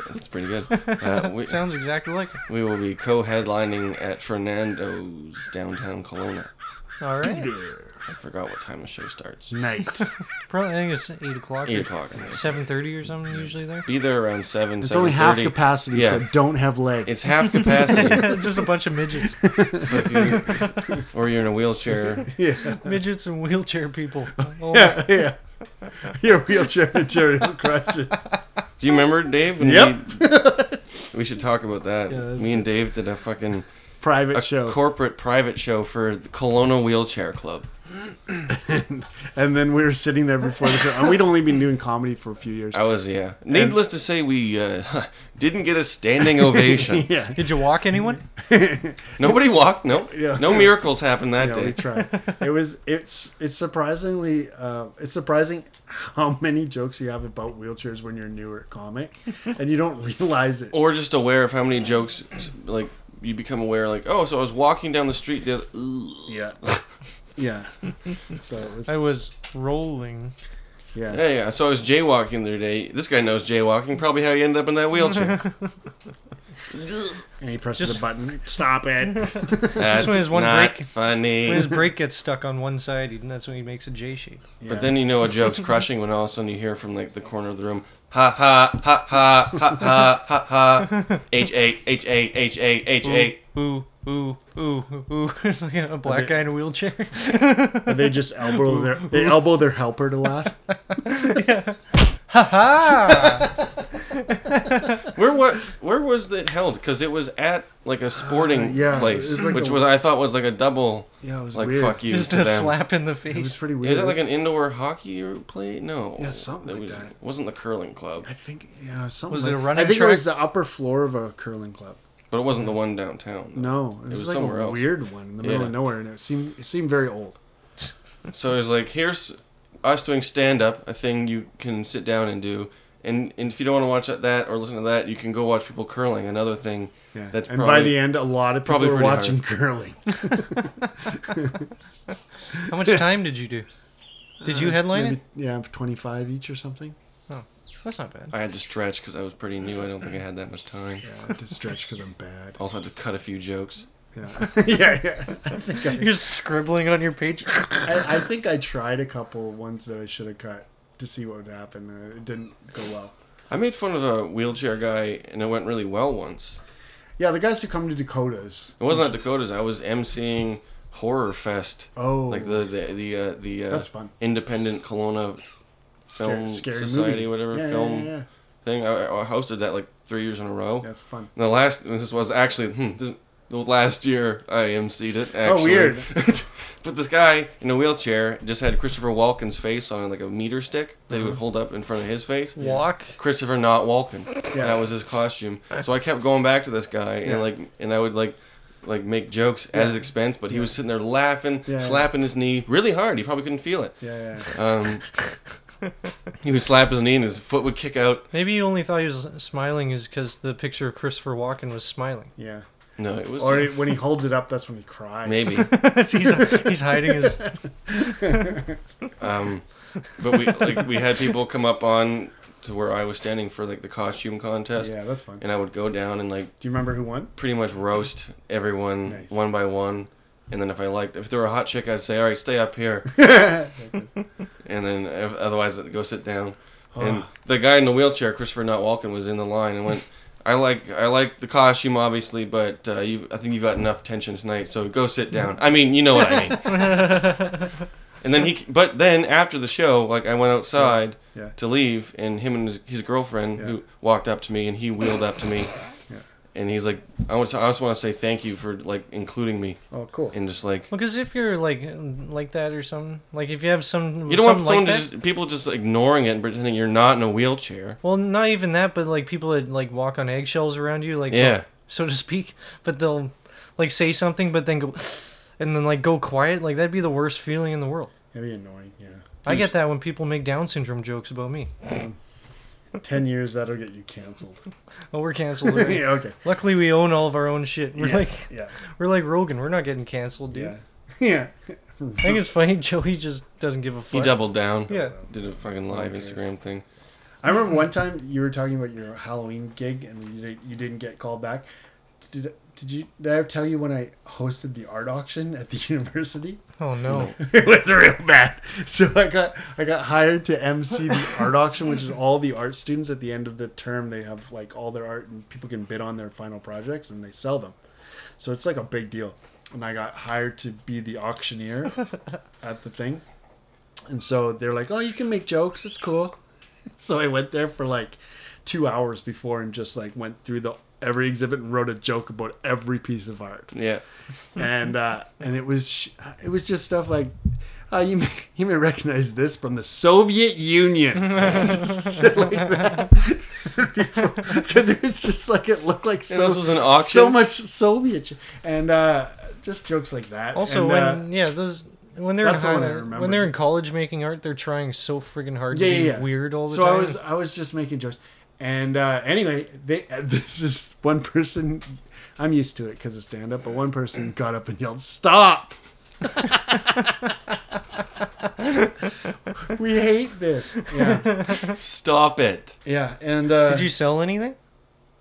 be- That's pretty good. Uh, we,
Sounds exactly like it.
we will be co headlining at Fernando's downtown Kelowna.
All right.
I forgot what time the show starts.
Night.
Probably I think it's eight o'clock.
Eight o'clock, I think.
Seven thirty or something usually there.
Be there around 7.
It's only half
7:30.
capacity,
Yeah.
so don't have legs.
It's half capacity.
just a bunch of midgets.
so if you, or you're in a wheelchair,
Yeah.
Midgets and wheelchair people. Oh,
Yeah, yeah. Your wheelchair material crushes.
Do you remember Dave?
Yep.
We, we should talk about that.
Yeah, that's
Me and Dave did a fucking
Private
a
show.
corporate private show for the Kelowna Wheelchair Club.
And then we were sitting there before the show. And we'd only been doing comedy for a few years.
I was yeah.
And-
Needless to say, we uh, didn't get a standing ovation.
yeah.
Did you walk anyone?
Nobody walked. No.
Yeah.
No miracles happened that
yeah,
day.
we tried. It was it's it's surprisingly uh, it's surprising how many jokes you have about wheelchairs when you're newer at comic, and you don't realize it.
Or just aware of how many jokes, like you become aware, like oh, so I was walking down the street. The other,
yeah. Yeah. So it was,
I was rolling.
yeah.
Yeah, yeah. So I was jaywalking the other day. This guy knows jaywalking. Probably how he ended up in that wheelchair.
And he presses a button. Stop it.
That's
when his one
not
break-
funny.
When his brake gets stuck on one side, he- that's when he makes a J shape.
But then you know a joke's crushing when all of a sudden you hear from like the corner of the room, ha ha ha ha ha ha ha ha, h a h a h a h a,
Ooh, ooh, ooh, ooh. It's like a black
they-
guy in a wheelchair.
Or they just elbow their they elbow their helper to laugh.
Ha ha!
where what where was it held because it was at like a sporting
yeah, it
place
was like
which
a-
was i thought was like a double
Yeah, it was
like
weird.
fuck you
Just
to
a
them.
slap in the face.
It was pretty
is
weird.
it like an indoor hockey or play no yeah something it
like
was, that wasn't the curling club i
think yeah something
Was
like-
it a running
I think
track?
it was the upper floor of a curling club.
but it wasn't the one downtown though.
No, it was, like
somewhere
a
else
weird one in the middle
Yeah.
of nowhere, and it seemed it seemed very old.
So it's like here's us doing stand up, a thing you can sit down and do. And, and if you don't want to watch that- that or listen to that, you can go watch people curling, another thing
Yeah.
that's
and by
probably-
the end, a lot of people
probably
were
pretty
watching
hard.
curling.
How much time did you do? Did you
Uh,
headline
maybe-
it?
Yeah, twenty five each or something.
Oh, that's not bad.
I had to stretch because I was pretty new. I don't think I had that much time. Yeah,
I had to stretch because I'm bad.
Also had to cut a few jokes.
Yeah. yeah, yeah. I think I,
You're scribbling on your page.
I, I think I tried a couple ones that I should have cut to see what would happen, and it didn't go well.
I made fun of a wheelchair guy, and it went really well once.
Yeah, the guys who come to Dakotas.
It wasn't at Dakotas. I was emceeing Horror Fest.
Oh.
like the the the uh, the uh,
That's fun.
independent Kelowna Film
Scary- scary
Society,
movie.
whatever
Yeah, yeah,
film
yeah, yeah.
thing. I, I hosted that like three years in a row.
That's fun.
And the last this was actually hmm, the, the last year I emceed it. Actually.
Oh, weird.
but this guy in a wheelchair just had Christopher Walken's face on like a meter stick that he would
Uh-huh.
hold up in front of his face.
Walk?
Christopher not Walken.
Yeah.
That was his costume. So I kept going back to this guy
Yeah.
and like and I would like like make jokes
Yeah.
at his expense, but he was sitting there laughing,
Yeah.
slapping his knee really hard. He probably couldn't feel it.
Yeah,
Um, he would slap his knee and his foot would kick out.
Maybe you only thought he was smiling is because the picture of Christopher Walken was smiling.
Yeah.
No, it was
Or it- when he holds it up, that's when he cries.
Maybe.
he's, he's hiding his.
um, but we like we had people come up on to where I was standing for like the costume contest.
Yeah, that's fun.
And I would go down and like.
Do you remember who won?
Pretty much roast everyone
Nice.
one by one, and then if I liked, if there were a hot chick, I'd say, "All right, stay up here," and then if, otherwise, I'd go sit down. And the guy in the wheelchair, Christopher Not Walken, was in the line and went. I like I like the costume obviously, but uh, you I think you've got enough tension tonight, so go sit down. I mean, you know what I mean. And then he, but then after the show, like I went outside
Yeah, yeah.
to leave, and him and his, his girlfriend who walked up to me, and he wheeled up to me,
Yeah.
and he's like, I want, to, I just want to say thank you for like including me.
Oh, cool.
And just like,
Well, because if you're like like that or something, like if you have some,
you don't want
something
someone
like that,
to just, people just ignoring it and pretending you're not in a wheelchair.
Well, not even that, but like people that like walk on eggshells around you, like
Yeah.
so to speak. But they'll like say something, but then go and then like go quiet. Like that'd be the worst feeling in the world.
That'd be annoying. Yeah.
I get that when people make Down syndrome jokes about me.
Ten years that'll get you canceled.
Oh, we're canceled. already.
Yeah, okay.
Luckily, we own all of our own shit. We're
Yeah,
like,
yeah.
we're like Rogan. We're not getting canceled, dude.
Yeah.
I think it's funny. Joey just doesn't give a fuck.
He doubled down.
Yeah.
Did a fucking live
cares?
Instagram thing.
I remember one time you were talking about your Halloween gig and you, di- you didn't get called back. Did, did you? Did I tell you when I hosted the art auction at the university?
Oh no.
it was real bad. So I got I got hired to MC the art auction, which is all the art students at the end of the term. They have like all their art, and people can bid on their final projects, and they sell them. So it's like a big deal. And I got hired to be the auctioneer at the thing. And so they're like, "Oh, you can make jokes. It's cool." So I went there for like two hours before and just like went through the every exhibit and wrote a joke about every piece of art
Yeah.
and uh, and it was sh- it was just stuff like uh, you may, you may recognize this from the Soviet Union Just shit like that because it was just like it looked like
And
so
this was an auction?
so much Soviet sh- and uh, just jokes like that
Also,
And,
when
uh,
yeah, those when they're in
that's the one I
high,
remember.
when they're in college making art, they're trying so friggin' hard
yeah,
to be
yeah, yeah.
weird all the
so
time.
I was uh, I was just making jokes, and uh, anyway, they uh, this is one person. I'm used to it because of stand up, but one person got up and yelled, "Stop! we hate this." Yeah,
Stop it.
yeah, and uh,
Did you sell anything?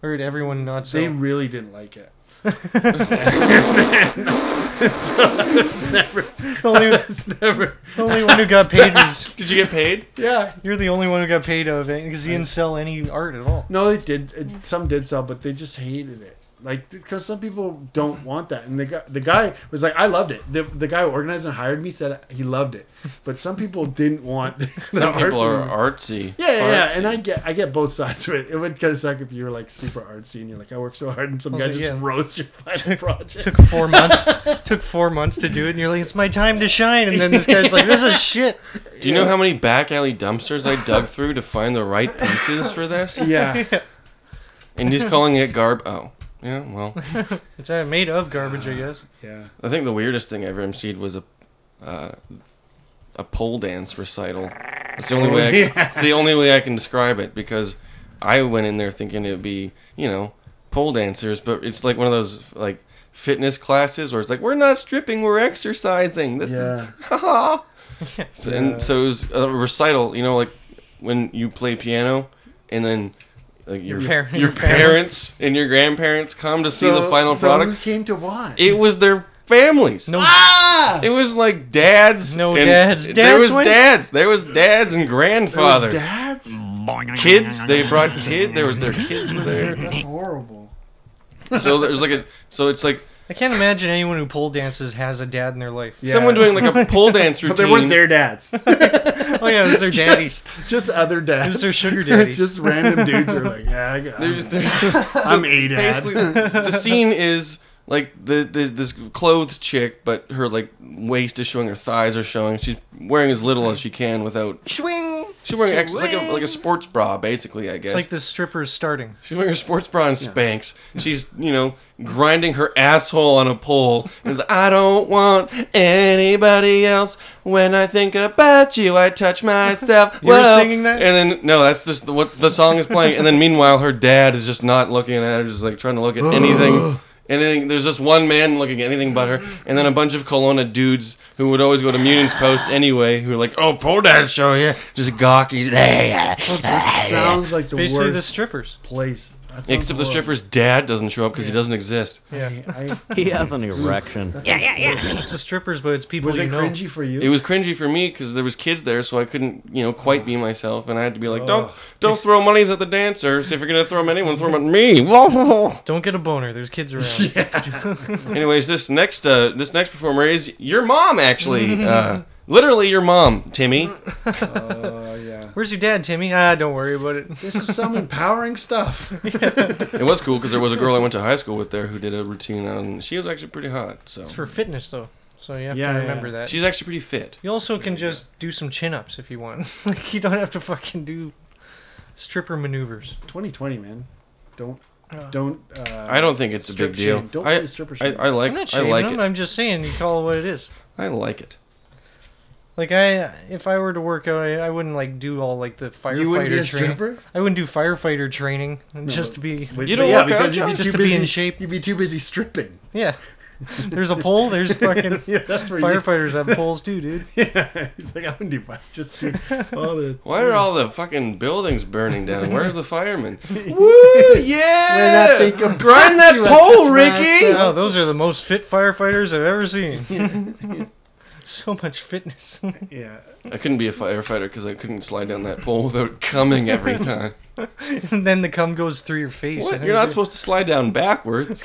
Or did everyone not sell?
They really didn't like it. so I was never,
The only-
I was never,
the only one who got paid was.
Did you get paid?
Yeah.
You're the only one who got paid of it because you didn't sell any art at all.
uh, No, they did. It, some did sell, but they just hated it. Like, because some people don't want that, and the guy, the guy was like, "I loved it." The, the guy who organized and hired me said he loved it, but some people didn't want. the
Some people
art-
are artsy.
Yeah, yeah, yeah,
Fartsy.
and I get I get both sides of it. It would kind of suck if you were like super artsy and you're like, I work so hard, and some
Also,
guy just
yeah.
roasts your final project.
Took four months. took four months to do it, and you're like, "It's my time to shine." And then this guy's like, "This is shit."
Do you know how many back alley dumpsters I dug through to find the right pieces for this?
Yeah.
And he's calling it garb. Oh, yeah. Well,
It's uh, made of garbage, I guess.
Yeah.
I think the weirdest thing I ever emceed was a uh, a pole dance recital. It's the only way. I,
Yeah.
It's the only way I can describe it because I went in there thinking it'd be you know pole dancers, but it's like one of those like fitness classes where it's like we're not stripping, we're exercising. This is So,
Yeah.
And so it was a recital, you know, like when you play piano and then like your
Your
your,
par- your
parents and your grandparents come to see the
So-
final
so
product.
who came to watch?
It was their families. No,
ah!
it was like dads.
No
and-
dads.
There
Dads
was
went-
dads. There was dads and grandfathers.
dads?
Kids. They brought kid. There was their kids were there.
That's horrible.
So there's like a. So it's like
I can't imagine anyone who pole dances has a dad in their life.
someone doing like a pole dance routine.
But they weren't their dads.
oh yeah, it was their daddy.
Just, just other dads.
It was their sugar daddy.
just random dudes are like, yeah, I got,
There's, there's,
I'm a dad.
Basically, the scene is like the, the this clothed chick, but her like waist is showing, her thighs are showing. She's wearing as little as she can without.
Swing.
She's wearing ex- like a like a sports bra, basically. I guess
It's like the strippers starting.
she's wearing her sports bra and Spanx. She's you know grinding her asshole on a pole. And it's like, I don't want anybody else. When I think about you, I touch myself.
You were
Whoa.
singing that?
And then no, that's just the, what the song is playing. And then meanwhile, her dad is just not looking at her, just like trying to look at anything. Anything. There's just one man looking at anything but her, and then a bunch of Kelowna dudes who would always go to Munins Post anyway, who are like, "Oh, pole dance show, yeah," just gawky.
sounds like the
Basically, the
worst
strippers.
place. That sounds
Except the
horrible.
stripper's dad doesn't show up because he doesn't exist.
I, I,
He has an erection.
Yeah, yeah, yeah. It's the strippers, but it's people
was
you
it
know.
cringy for you?
It was cringy for me because there was kids there, so I couldn't, you know, quite be myself, and I had to be like, "Don't, don't throw monies at the dancers. If you're gonna throw them at anyone, throw them at me." Whoa.
Don't get a boner. There's kids around.
Anyways, this next, uh, this next performer is your mom, actually, uh, literally your mom, Timmy.
Oh, yeah.
Where's your dad, Timmy? Ah, don't worry about it.
This is some empowering stuff.
It was cool because there was a girl I went to high school with there who did a routine, on- and she was actually pretty hot. So
It's for fitness though, so you have
Yeah,
to
yeah,
remember that.
she's actually pretty fit.
you also can just do some chin ups if you want. like you don't have to fucking do stripper maneuvers.
2020, man. Don't, don't. Uh,
I don't think it's a
strip
big deal.
shame. Don't
I,
be a stripper.
I,
shame.
I like,
I'm not
I
shaming
like
them.
it.
I'm just saying you call it what it is.
I like it.
Like I, if I were to work out, I, I wouldn't like do all like the firefighter
you wouldn't be a
training.
stripper.
I wouldn't do firefighter training and just to be
But-
You
but
don't
yeah,
work out,
because you'd be
John?
too
Just to
busy,
be in shape.
You'd be too busy stripping.
yeah. There's a pole. There's fucking
Yeah, that's where you.
firefighters have poles too, dude.
Yeah, he's like, I wouldn't do much. Just do all the.
Why are all the fucking buildings burning down? Where's the firemen? Woo! Yeah!
When I think about
Grind that
you, I
pole,
touch
Ricky!
myself.
Wow, those are the most fit firefighters I've ever seen. so much fitness.
Yeah.
I couldn't be a firefighter because I couldn't slide down that pole without coming every time.
and then the cum goes through your face.
What?
I
You're
never
not
said-
supposed to slide down backwards.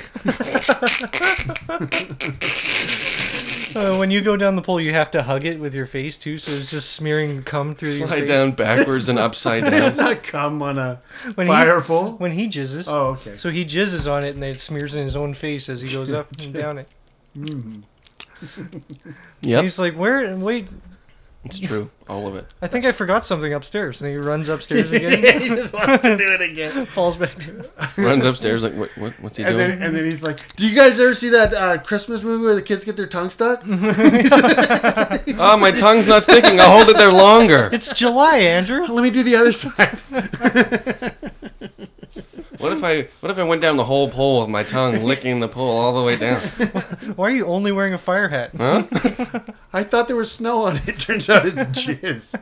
Uh, when you go down the pole, you have to hug it with your face too, so it's just smearing cum through your
Slide
face.
down backwards and upside
It's
down.
not come on a
When he-
fire pole.
When he jizzes.
Oh, okay.
So he jizzes on it and then it smears in his own face as he goes up and down it. And
Mm-hmm. Yep,
He's like, "Where? Wait,
it's true. All of it.
I think I forgot something upstairs." And he runs upstairs
Yeah,
again,
he just wants to do it again.
falls back. down.
Runs upstairs like, what? what what's he
And
doing?
then, and then he's like, "Do you guys ever see that uh, Christmas movie where the kids get their tongue stuck?"
Ah, my tongue's not sticking. I'll hold it there longer.
It's July, Andrew.
Let me do the other side.
What if I? What if I went down the whole pole with my tongue licking the pole all the way down?
Why are you only wearing a fire hat?
Huh?
I thought there was snow on it. Turns out it's jizz.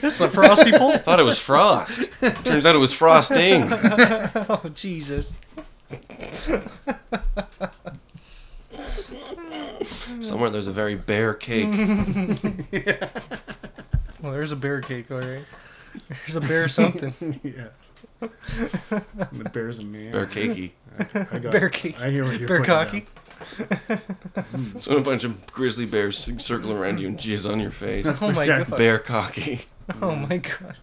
This is a frosty pole.
Thought it was frost. Turns out it was frosting.
Oh Jesus!
Somewhere there's a very bare cake.
Well, there's a bear cake, all right. There's a bear something.
yeah. The bear's a man.
Bear cakey.
I got-
Bear cakey.
I hear what you're
Bear
putting down.
cocky.
It's when a bunch of grizzly bears circle around you and jizz on your face.
Oh my Yeah. God.
Bear cocky.
Oh my god.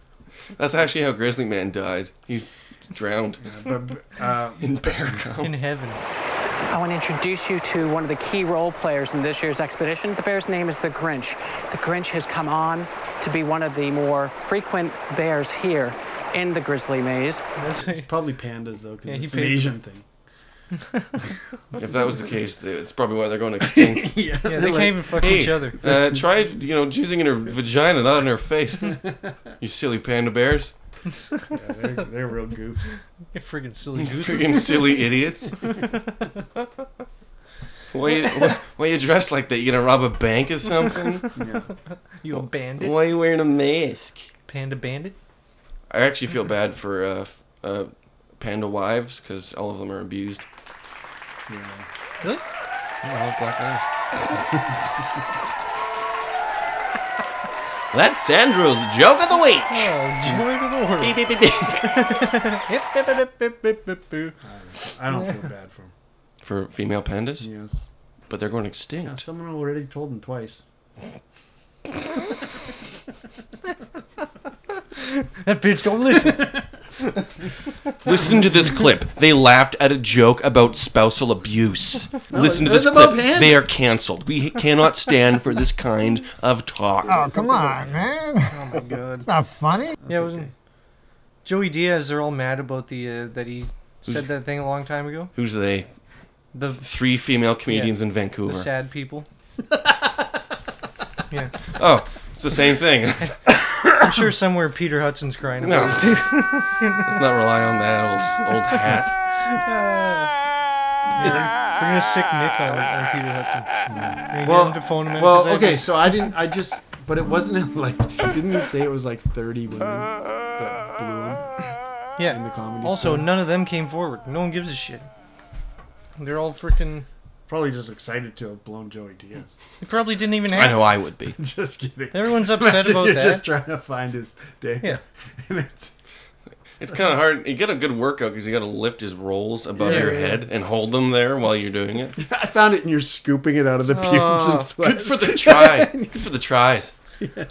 That's actually how Grizzly Man died. He drowned
but, uh,
in bear cum.
In heaven.
I want to introduce you to one of the key role players in this year's expedition. The bear's name is the Grinch. The Grinch has come on to be one of the more frequent bears here in the grizzly maze.
It's probably pandas though, because
Yeah, he
it's an
paid-
Asian thing.
If that was the case, th- it's probably why they're going extinct.
Yeah,
they can't even fuck
"Hey,
each other."
Uh, try, you know, jizzing in her vagina, not in her face. you silly panda bears.
Yeah, they're, they're real goofs.
You friggin' silly
You
gooses.
friggin' silly idiots. Why you, why, why you dressed like that? You gonna rob a bank or something?
You a bandit?
Why you wearing a mask?
Panda bandit?
I actually feel bad for uh, f- uh, panda wives because all of them are abused.
Yeah.
Really?
I love black That's Sandro's joke of the week.
Oh, joy to the world.
Beep, beep, beep, beep.
Hip, hip, hip, hip, hip, hip, boo.
I don't feel bad for him.
For female pandas?
Yes.
But they're going extinct.
Yeah, someone already told him twice.
That bitch don't listen.
Listen to this clip. They laughed at a joke about spousal abuse.
No,
Listen to
it was
this
about
clip.
pandas.
They are canceled. We cannot stand for this kind of talk.
Ah.
Oh, come on, man. Oh my god. It's not funny.
yeah, it wasn't. Joey Diaz, they're all mad about the uh, that he said that thing a long time ago.
Who's they?
The
three female comedians
Yeah.
in Vancouver.
The sad people. yeah.
Oh, it's the same thing. Let's
I'm sure somewhere Peter Hudson's crying
No.
about it too.
not rely on that old, old hat.
Yeah, we're gonna sick Nick on, on Peter Hudson. We're gonna
Well,
get him to phone him in
well,
'cause I
okay.
just-
So I didn't. I just. But it wasn't like. Didn't he say it was like 30 women that blew him?
yeah.
in the comedy
also,
store.
none of them came forward. No one gives a shit. They're all freaking.
Probably just excited to have blown Joey Diaz.
It probably didn't even
I
happen.
know I would be.
Just kidding.
Everyone's upset
Imagine
about
you're
that.
Just trying to find his day.
Yeah.
and it's,
It's kind of hard. You get a good workout because you got to lift his rolls above
Yeah,
your
yeah.
head and hold them there while you're doing it.
I found it, and you're scooping it out of the
Oh,
pubes and sweat.
Good for the try. Good for the tries.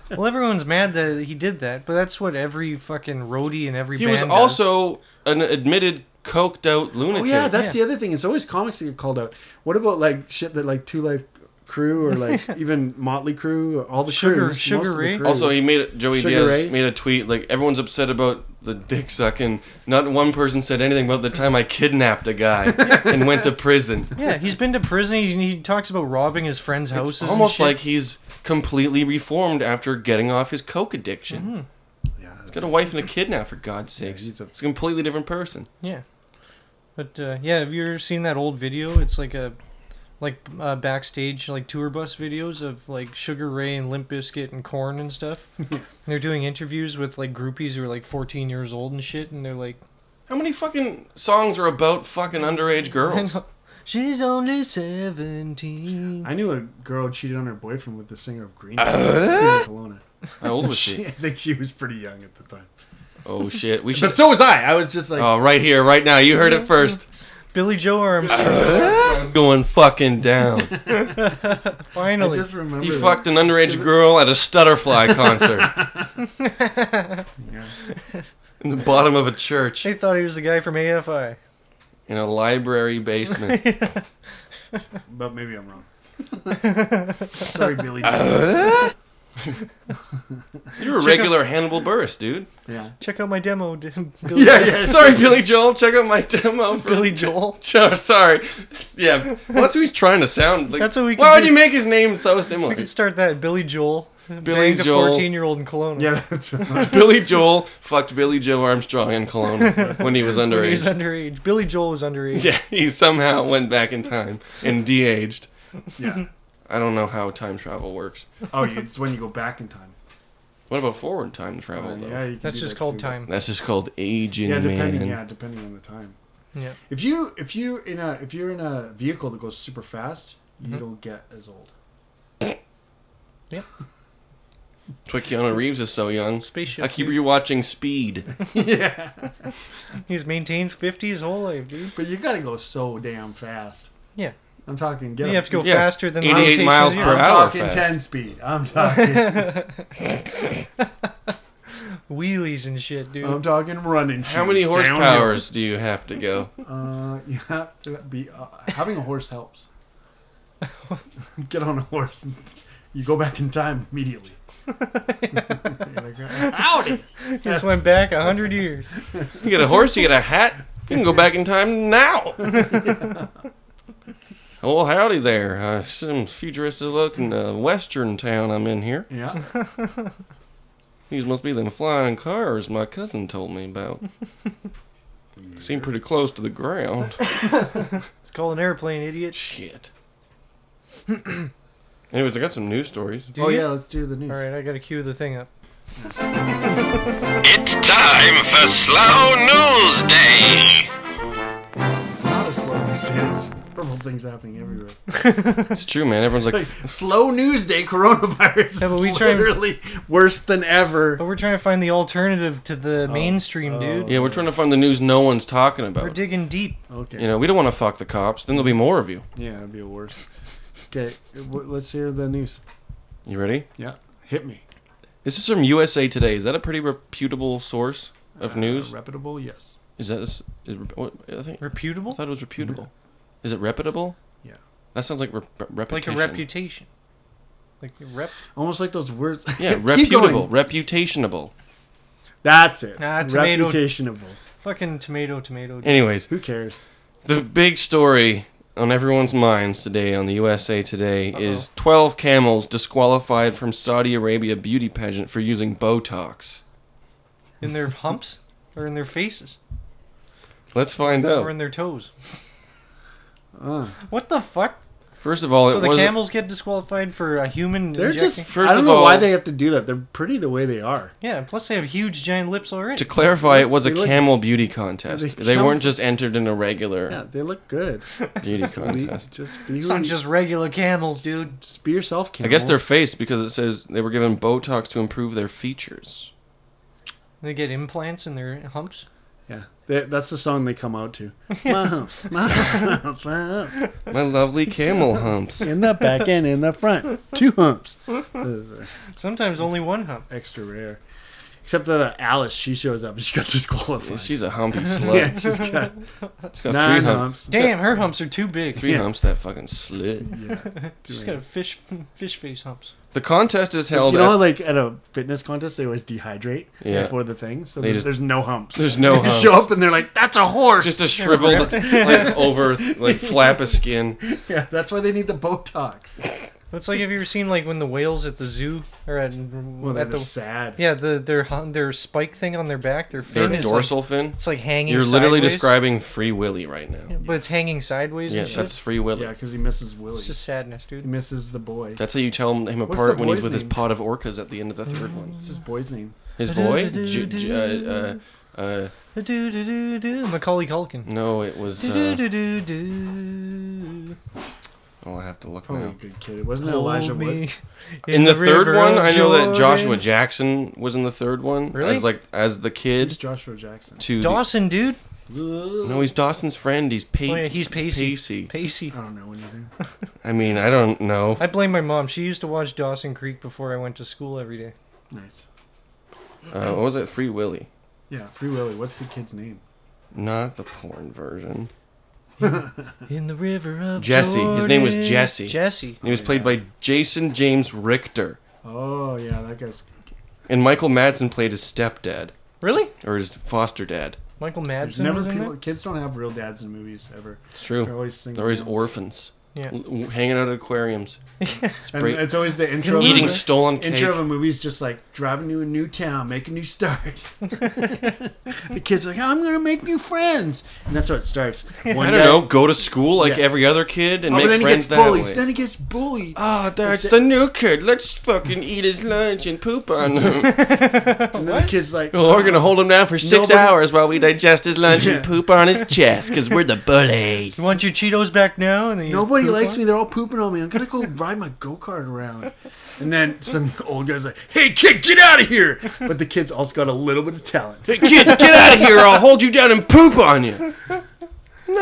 Well, everyone's mad that he did that, but that's what every fucking roadie and every
He
band
was
does.
also an admitted coked out
Oh
lunatic.
yeah, that's the other thing. It's always comics that get called out. What about like shit that like Two Life Crew or like even Motley Crew, or all the
Sugar-
crews,
Sugar
most of the
Ray?
crews.
Also, he made Joey
Sugar
Diaz
Ray?
made a tweet like everyone's upset about the dick sucking. Not one person said anything about the time I kidnapped a guy and went to prison.
Yeah, he's been to prison. He, he talks about robbing his friends' houses.
It's
and
almost
shit.
like he's completely reformed after getting off his coke addiction.
Mm-hmm.
he's got a wife and a kid now, for God's sakes.
he's a-
It's a completely different person.
Yeah, but uh, yeah, have you ever seen that old video? It's like a like uh, backstage like tour bus videos of like Sugar Ray and Limp Bizkit and Corn and stuff. And they're doing interviews with like groupies who are like 14 years old and shit, and they're like,
How many fucking songs are about fucking underage girls?
"She's only 17."
I knew a girl cheated on her boyfriend with the singer of Green Day,
Uh?
Maria Colonna.
How old was she?
I think she was pretty young at the time.
Oh shit, we should.
But so was I. I was just like,
oh, right here, right now. You heard it first.
Billy Joe Armstrong.
I'm going fucking down.
Finally,
I just remember.
Oh. He
that.
fucked an underage girl at a Stutterfly concert in the bottom of a church
they thought he was the guy from AFI.
in a library basement.
But maybe I'm wrong. Sorry, Billy.
You're a regular Hannibal Burris, dude.
yeah.
Check out my demo, d- Billy.
Yeah, yeah.
Sorry, Billy Joel. Check out my demo for
Billy Joel.
Sure, sorry. Yeah, well, that's who he's trying to sound like.
That's what we
Why
could
would
do.
you make his name so
We
similar?
could start that. Billy Joel.
Billy
banged
Joel.
a 14 year old in Kelowna.
Yeah, that's right.
Billy Joel fucked Billy Joe Armstrong in Kelowna when he was
When he
underage.
was underage. Billy Joel was underage.
yeah, he somehow went back in time and de-aged.
Yeah.
I don't know how time travel works.
Oh, you, it's when you go back in time.
What about forward time travel though?
Oh, Yeah, you can
That's
do
just
that
called
too.
time.
That's just called aging,
Yeah, depending.
man.
Yeah, depending on the time.
Yeah.
If you if you in a if you're in a vehicle that goes super
Mm-hmm.
fast, you don't get as old.
why Keanu Reeves is so young. Spaceship. I keep rewatching Speed.
yeah. He's maintains 50 his whole life, dude.
But you gotta go so damn fast.
Yeah.
I'm talking. Get
You
up-
have to go Yeah. faster than the 88 rotation miles of the per
I'm
hour
talking
fast.
ten speed. I'm talking.
Wheelies and shit, dude.
I'm talking running.
How many
shoes, downhill.
horsepowers do you have to go?
Uh, you have to be uh, having a horse helps. Get on a horse. And you go back in time immediately. "Ah." Howdy!
Just went back a hundred years.
You get a horse, you get a hat. You can go back in time now. Oh, howdy there. Uh, some futuristic looking uh, western town I'm in here.
Yeah.
These must be them flying cars my cousin told me about. Seem pretty close to the ground.
It's called an airplane, idiot.
Shit. Anyways, I got some news stories.
Oh,
Do you? All right, I gotta cue the thing up.
It's time for Slow News Day.
It's not a slow news day. It's horrible things happening everywhere.
It's true, man. Everyone's like,
slow news day. Coronavirus is literally worse than ever.
But we're trying to find the alternative to the
Oh.
mainstream, dude.
yeah, we're trying to find the news no one's talking
We're
about.
digging deep.
Okay.
You know, we don't want to fuck the cops. Then there'll be more of you.
Yeah, it'd be worse. Okay, w- let's hear the news.
You ready?
Yeah, hit me.
This is from USA Today. Is that a pretty reputable source of
Uh,
news?
Reputable, yes.
Is that is, is what, I think
reputable?
I thought it was reputable. Is it reputable?
Mm-hmm. Yeah.
That sounds like rep-
Like a
reputation.
reputation. Like a rep.
Almost like those words.
Yeah,
Keep
reputable,
going.
reputationable.
That's it.
Nah, tomato.
Reputationable.
Fucking tomato, tomato.
Anyways,
who cares?
The big story on everyone's minds today on the USA Today is 12 camels disqualified from Saudi Arabia beauty pageant for using Botox.
In their humps or in their faces
Let's find out.
or in their toes. What the fuck?
First of all,
so
it
the
was
camels get disqualified for a human.
They're just.
injecting?
I don't know why they have to do that. They're pretty the way they are.
Yeah, plus they have huge giant lips already.
to clarify, it was a
They look-
camel beauty contest.
They-
They weren't
camels-
just entered in a regular
Yeah, they look good.
beauty
Just be-
contest.
Just be.
It's
who
not
you-
just regular camels, dude.
Just be yourself,
I
camels.
guess their face because it says they were given Botox to improve their features.
They get implants in their humps.
Yeah, they, that's the song they come out to. My humps, my humps, my humps.
My lovely camel humps.
In the back and in the front, two humps. Those are
Sometimes only one hump.
Extra rare. Except that uh, Alice, she shows up and she got disqualified.
she's a humpy slut.
yeah, she's got,
She's got
nine
three
humps.
humps.
Damn, her humps are too big.
Three humps, that fucking slut.
She's got a fish fish face humps.
The contest is held.
You know,
at-
like at a fitness contest, they always dehydrate
Yeah.
before the thing, so
They
there's,
just-
there's no humps.
there's no
They
humps.
show up and they're like, "That's a horse."
Just a shriveled, like over, like flap of skin.
Yeah, that's why they need the Botox.
It's like have you ever seen like when the whales at the zoo or at, well,
they're
at the
sad.
Yeah, the their hu- their spike thing on their back, their
Their
fin is
dorsal
like,
fin.
It's like hanging.
You're literally
sideways.
describing Free Willy right now.
Yeah, but it's hanging sideways.
Yeah,
and shit.
that's Free Willy.
Yeah, because he misses Willie.
It's just sadness, dude.
He misses the boy.
That's how you tell him, him
What's
apart
the
when he's
boy's
with his
name?
pot of orcas at the end of the third one.
What's his boy's name?
His boy? J- J- uh, uh, uh,
Do, do, do, do. Macaulay Culkin.
no, it was.
Do,
Uh,
do, do, do, do.
oh, I have to look
Probably a
now.
good kid. It wasn't it
Hold
Elijah Wood.
me
In the third
river
one,
of
I know that Joshua
Jordan.
Jackson was in the third one.
Really?
As like as the kid.
Who's Joshua Jackson?
To the-
Dawson, dude.
no, he's Dawson's friend. He's Pacey.
Oh, yeah, he's Pacey.
Pacey.
Pacey. I
don't know anything.
I mean, I don't know.
I blame my mom. She used to watch Dawson Creek before I went to school every day.
Nice.
Uh, what was it? Free Willy.
Yeah, Free Willie. What's the kid's name?
Not the porn version.
In the river of
Jesse. His name was
Jordan.
Jesse.
Jesse.
He was played by Jason James Richter.
Oh yeah, that guy's.
And Michael Madsen played his stepdad.
Really?
Or his foster dad.
Michael
There's
Madsen
never
was in
people.
that?
Kids don't have real dads in movies ever.
It's true.
They're always single. dads.
orphans.
Yeah.
L- w- hanging out at aquariums.
And
Spray-
it's always the
uh,
intro. of
Eating
the-
stolen cake.
Intro of a movie is just like driving to a new town, make a new start. the kid's like, "I'm gonna make new friends," and that's how it starts. One
I don't
guy-
know. Go to school like
Yeah.
every other kid and
Oh, but
make
then he
friends
gets
that
bullied.
way.
Then he gets bullied.
Ah, that's the new kid. Let's fucking eat his lunch and poop on him.
And then the kid's like,
Oh, we're gonna hold him down for six
Nobody-
hours while we digest his lunch
Yeah.
and poop on his chest because we're the bullies.
You want your Cheetos back now? And then you
Nobody poop likes on? me. They're all pooping on me. I'm gonna go ride my go kart around. And then some old guy's like, "Hey kid, get out of here!" But the kid's also got a little bit of talent.
Hey kid, get out of here! I'll hold you down and poop on you.
No,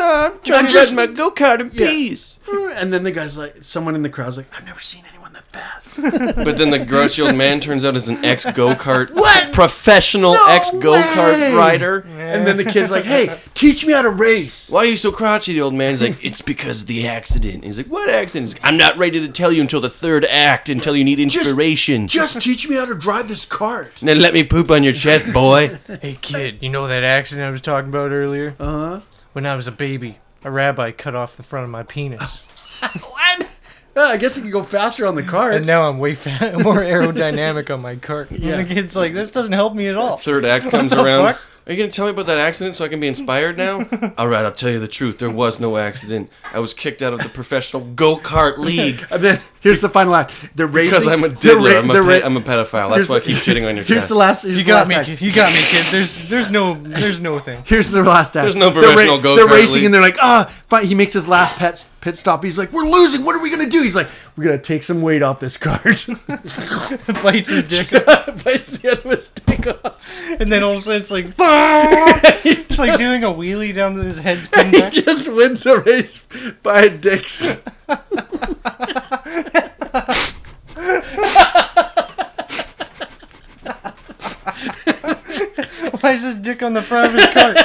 I'm
trying to
just
ride my go-kart in peace.
And then the guy's like, someone in the crowd's like, I've never seen anyone that fast.
But then the gross old man turns out as an ex go kart
What?
professional
No
ex go
way!
kart rider.
And then the kid's like, "Hey, teach me how to race."
Why are you so crotchety? The old man's like, it's because of the accident. And he's like, what accident? He's like, I'm not ready to tell you until the third act, until you need inspiration.
Just teach me how to drive this cart.
And then let me poop on your chest, boy.
Hey kid, you know that accident I was talking about earlier? Uh
Uh-huh.
huh. When I was a baby, a rabbi cut off the front of my penis,
Yeah, I guess you can go faster on the cart.
and now I'm way fa- more aerodynamic on my cart. Yeah. And the kid's like, "This doesn't help me at all."
Third act
What
comes
the
around.
fuck?
Are you going to tell me about that accident so I can be inspired now? All right, I'll tell you the truth. There was no accident. I was kicked out of the professional go kart league.
and then here's the final act. They're racing.
Because I'm a
they're
diddler.
ra-
I'm a
they're
pe-
ra-
I'm a pedophile. That's
Here's
why I
the-
keep shitting on your
Here's
chest.
the last. Here's
You
the
got
last
me,
act.
kid. You got me, kid. There's, there's no, there's no thing.
Here's the last act.
There's no
They're ra-
professional go-kart
They're racing
league.
and they're like, ah, fine. He makes his last pet pit stop. He's like, we're losing. What are we gonna do? He's like, we're gonna take some weight off this cart.
Bites his dick.
Bites the end of his dick off.
And then all of a sudden it's like, it's like doing a wheelie down to his head's pinned back.
he just wins the race by dicks.
Why is his dick on the front of his cart?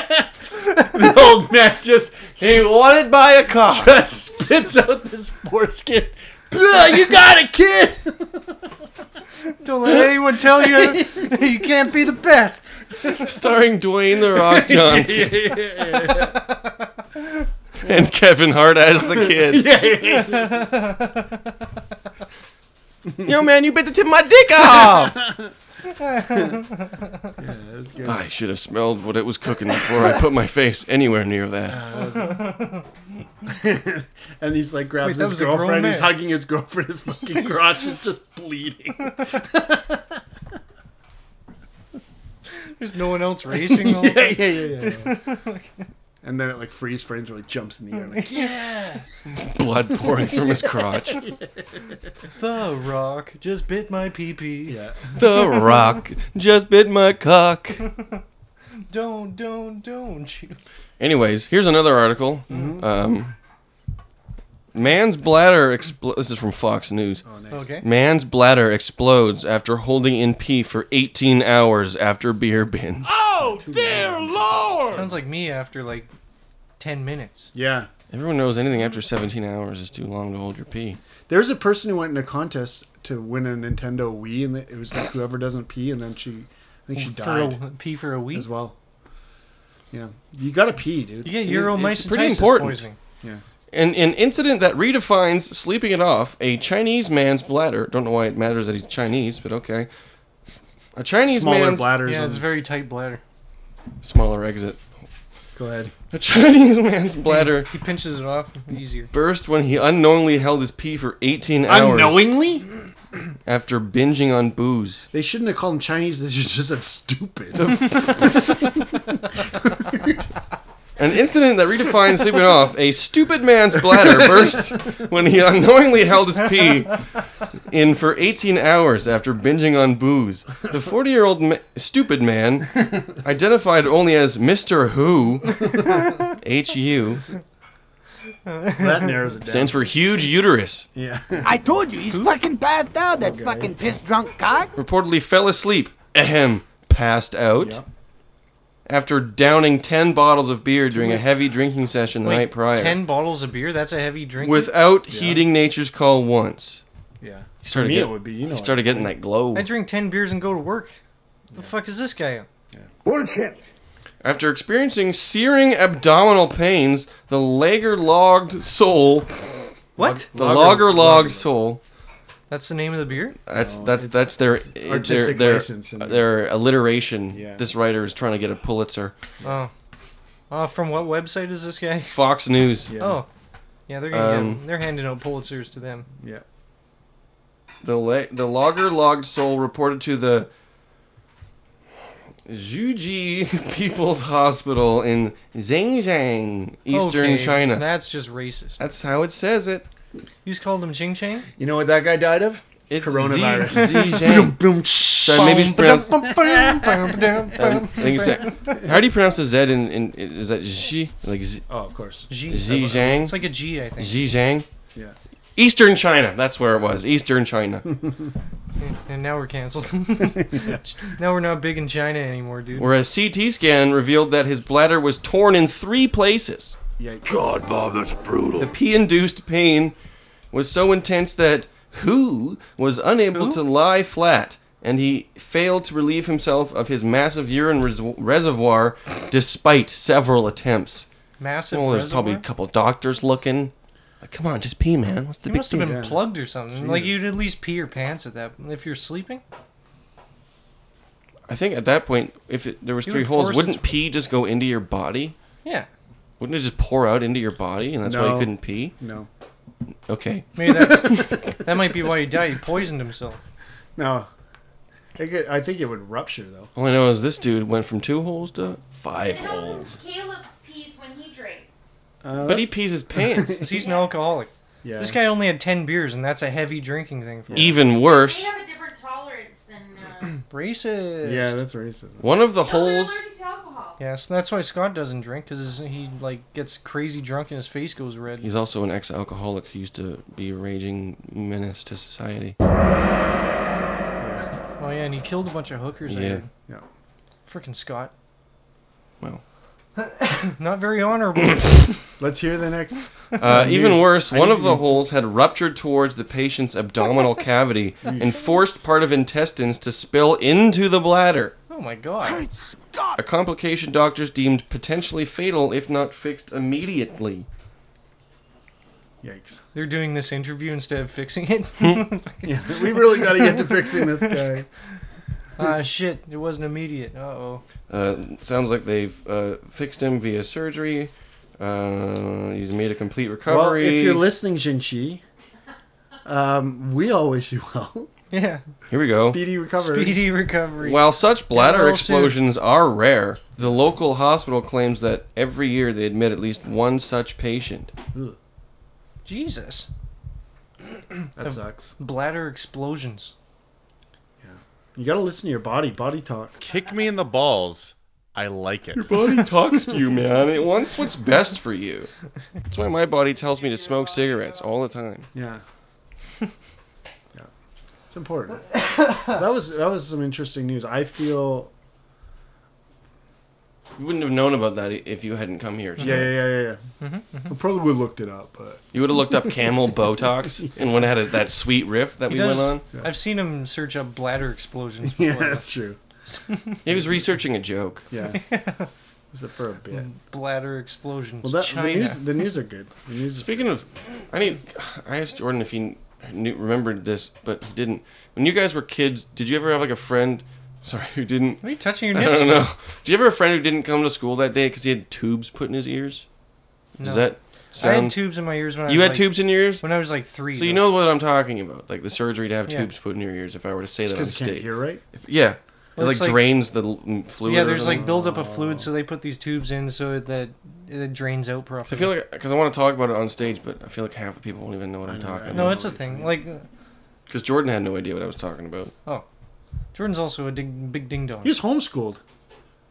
the old man just
he wanted by a car.
Just spits out this foreskin. Ugh, you got it, kid.
Don't let anyone tell you you can't be the best.
Starring Dwayne the Rock Johnson and Kevin Hart as the kid. Yo, man, you bit the tip of my dick
off.
yeah, that was good.
I should have smelled what it was cooking before I put my face anywhere near that.
and he's like
Wait,
grabs
that
his
was a grown
girlfriend. He's
man.
hugging his girlfriend. His fucking crotch is just bleeding.
There's no one else racing. The whole
yeah,
time.
yeah, yeah, yeah, yeah. and then it like freeze frames where it jumps in the air. Like, yeah.
Blood pouring from his crotch.
The Rock just bit my pee pee.
Yeah.
The Rock just bit my cock.
Don't, don't, don't you.
Anyways, here's another article.
Mm-hmm.
Um, man's bladder explodes. This is from Fox News. Oh,
nice. Okay.
Man's bladder explodes after holding in pee for 18 hours after beer binge.
Oh, dear Lord! Sounds like me after like 10 minutes.
Yeah.
Everyone knows anything after 17 hours is too long to hold your pee.
There's a person who went in a contest to win a Nintendo Wii, and it was like whoever doesn't pee, and then she, I think she
For
died
a, pee for a week?
as well. Yeah, you gotta pee, dude.
You get
It's pretty
uromycetitis
important.
poisoning.
Yeah.
An, an incident that redefines sleeping it off, a Chinese man's bladder. Don't know why it matters that he's Chinese, but okay. A Chinese man's
Yeah, it's a very tight bladder.
smaller exit.
Go ahead.
A Chinese man's bladder
He pinches it off easier.
burst when he unknowingly held his pee for 18 hours
Unknowingly,
after binging on booze.
they shouldn't have called him Chinese. They should just said stupid.
An incident that redefines sleeping off, a stupid man's bladder burst when he unknowingly held his pee in for 18 hours after binging on booze. The 40 year old ma- stupid man, identified only as Mr. Who, H U,
that narrows it down.
stands for huge uterus,
Yeah.
I told you, he's fucking passed out, that fucking piss drunk cock.
reportedly fell asleep, ahem, passed out. After downing 10 bottles of beer during a heavy drinking session the
Wait,
night prior.
10 bottles of beer? That's a heavy drink?
without heeding nature's call once.
Yeah.
He started
Me,
getting,
it would be, you know
he started getting that glow.
I drink 10 beers and go to work. The fuck is this guy on?
Bullshit.
After experiencing searing abdominal pains, the lager logged soul,
What?
the lager logged soul,
That's the name of the beer?
that's that's that's their their
Oh, artistic
their,
license and-
their alliteration.
Yeah.
This writer is trying to get a Pulitzer.
Oh. Uh, from what website is this guy?
Fox News.
Oh. Yeah, they're gonna
Um,
get, they're handing out Pulitzers to them.
Yeah.
The la- the logger logged soul reported to the Zhuji People's Hospital in Zhengzhang, eastern
Okay,
China.
That's just racist.
That's how it says it.
You just called him Ching Chang?
You know what that guy died of?
It's
Coronavirus.
Z- Zhang. so maybe it's pronounced. Um, I think it's that- how do you pronounce the Z in, in is that Xi? Like Z,
Oh, of course.
G.
Zhejiang?
It's like a G, I think.
Zhejiang?
Yeah.
Eastern China. That's where it was. Eastern China.
and now we're canceled. Now we're not big in China anymore, dude.
where a CT scan revealed that his bladder was torn in three places.
God,
Bob, that's brutal. The pee induced pain was so intense that Who was unable to lie flat, and he failed to relieve himself of his massive urine res- reservoir despite several attempts.
Massive
Well, there's probably a
reservoir?
couple doctors looking. Like, come on, just pee, man. What's the
You
big
must have
deal?
been plugged or something. Like
Jesus.
you'd at least pee your pants at that if you're sleeping.
I think at that point, if it, there was
You
three
would
holes,
force
wouldn't
its-
pee just go into your body?
Yeah.
Wouldn't it just pour out into your body, and that's why
No.
you couldn't pee?
No.
Okay.
Maybe that's that might be why he died. He poisoned himself.
No. I, get, I think it would rupture, though.
All I know is this dude went from two holes to five holes.
Caleb pees when he drinks.
But he pees his pants.
He's an alcoholic.
Yeah.
This guy only had ten beers, and that's a heavy drinking thing for him.
Even worse,
They have a different tolerance than. Uh,
Racist.
Yeah, that's racism.
one of the
no, they're
holes.
allergic to alcohol.
Yes, that's why Scott doesn't drink because he like gets crazy drunk and his face goes red.
He's also an ex-alcoholic who used to be a raging menace to society.
Oh yeah, and he killed a bunch of hookers. I
Yeah.
heard.
Yeah.
Frickin' Scott.
Well.
Not very honorable.
Let's hear the next.
Uh, even
news.
worse,
I
one
need
of
to
the
be-
holes had ruptured towards the patient's abdominal cavity
Mm.
and forced part of intestines to spill into the bladder.
oh my god.
A complication doctors deemed potentially fatal if not fixed immediately.
Yikes.
They're doing this interview instead of fixing it.
Yeah, we really gotta get to fixing this guy.
Ah, shit. It wasn't immediate. Uh oh.
Uh, sounds like they've uh, fixed him via surgery. Uh, he's made a complete
Well,
recovery.
if you're listening, Jinchi, um, we all wish you well.
Yeah.
Here we go.
Speedy recovery.
Speedy recovery.
While such
Get
bladder
well soon.
explosions are rare, the local hospital claims that every year they admit at least one such patient.
Ugh,
Jesus.
that
Of
sucks.
Bladder explosions.
You gotta listen to your body. Body talk.
Kick me in the balls. I like it.
Your body talks to you, man. It wants what's best for you. That's why my body tells me to smoke cigarettes all the time.
Yeah. yeah. It's important. that was that was some interesting news. I feel.
You wouldn't have known about that i- if you hadn't come here.
Yeah, yeah,
tonight.
yeah, yeah. yeah.
Mm-hmm,
I probably would have looked it up, but
You would have looked up camel Botox and would have had a, that sweet riff that
He
we
does-
went on.
I've seen him search up bladder explosions.
yeah,
before.
that's true.
He was researching a joke.
Yeah. Was it for a bit?
Bladder explosions.
Well, that, the,
China.
news, the news are good. The news is
Speaking of, I need. I asked Jordan if he knew, remembered this, but he didn't. When you guys were kids, did you ever have like a friend? Sorry, who didn't?
Are you touching your
I
nips?
don't know. Did you ever have a friend who didn't come to school that day because he had tubes put in his ears? Does
No.
that
I
sound?
had tubes in my ears when I
You
was
had
like-
tubes in your ears
when I was like three.
So you
though.
know what I'm talking about, like the surgery to have
Yeah.
tubes put in your ears. If I were to say that on
because you can't
stage,
hear right.
If- yeah,
Well,
it
it's
like,
like-
drains the l- m- fluid.
Yeah,
or
there's like
something.
buildup of
Oh.
fluid, so they put these tubes in so that it drains out properly.
I feel like because I want to talk about it on stage, but I feel like half the people won't even know what I'm talking. about.
no, it's a thing. Like, uh,
because Jordan had no idea what I was talking about.
oh, Jordan's also a ding, big ding dong.
He's homeschooled.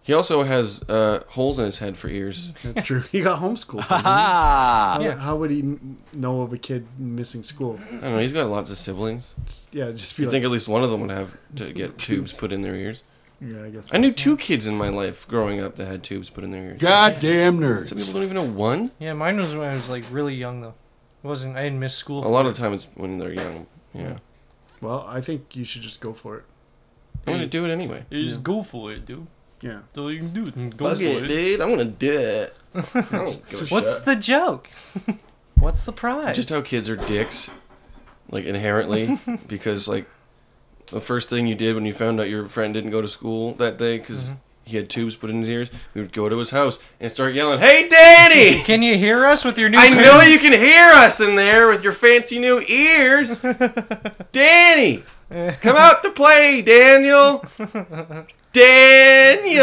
He also has uh, holes in his head for ears.
That's true. He got homeschooled. didn't he?
Ah,
how,
Yeah.
how would he m- know of a kid missing school?
I don't know. He's got lots of siblings.
Yeah, just be
You
like,
think at least one of them would have to get tubes put in their ears?
Yeah, I guess
I knew two kids in my life growing up that had tubes put in their ears.
Goddamn nerds.
Some people don't even know one.
Yeah, mine was when I was like really young though. It wasn't I didn't miss
A
school. for
lot
it.
of the time it's when they're young. Yeah.
well, I think you should just go for it.
I'm gonna do it anyway.
You just go for it, dude.
Yeah.
That's all you can do. then Mm, Go
Fuck
for
it,
it,
dude. I'm gonna do it. I don't give a
What's
shit.
the joke? What's the prize?
Just how kids are dicks, like inherently, because like the first thing you did when you found out your friend didn't go to school that day because
Mm-hmm.
he had tubes put in his ears, we would go to his house and start yelling, "Hey, Danny!
Can you hear us with your new?
I know
tunes?"
you can hear us in there with your fancy new ears, Danny! Come out to play, Daniel!" Daniel,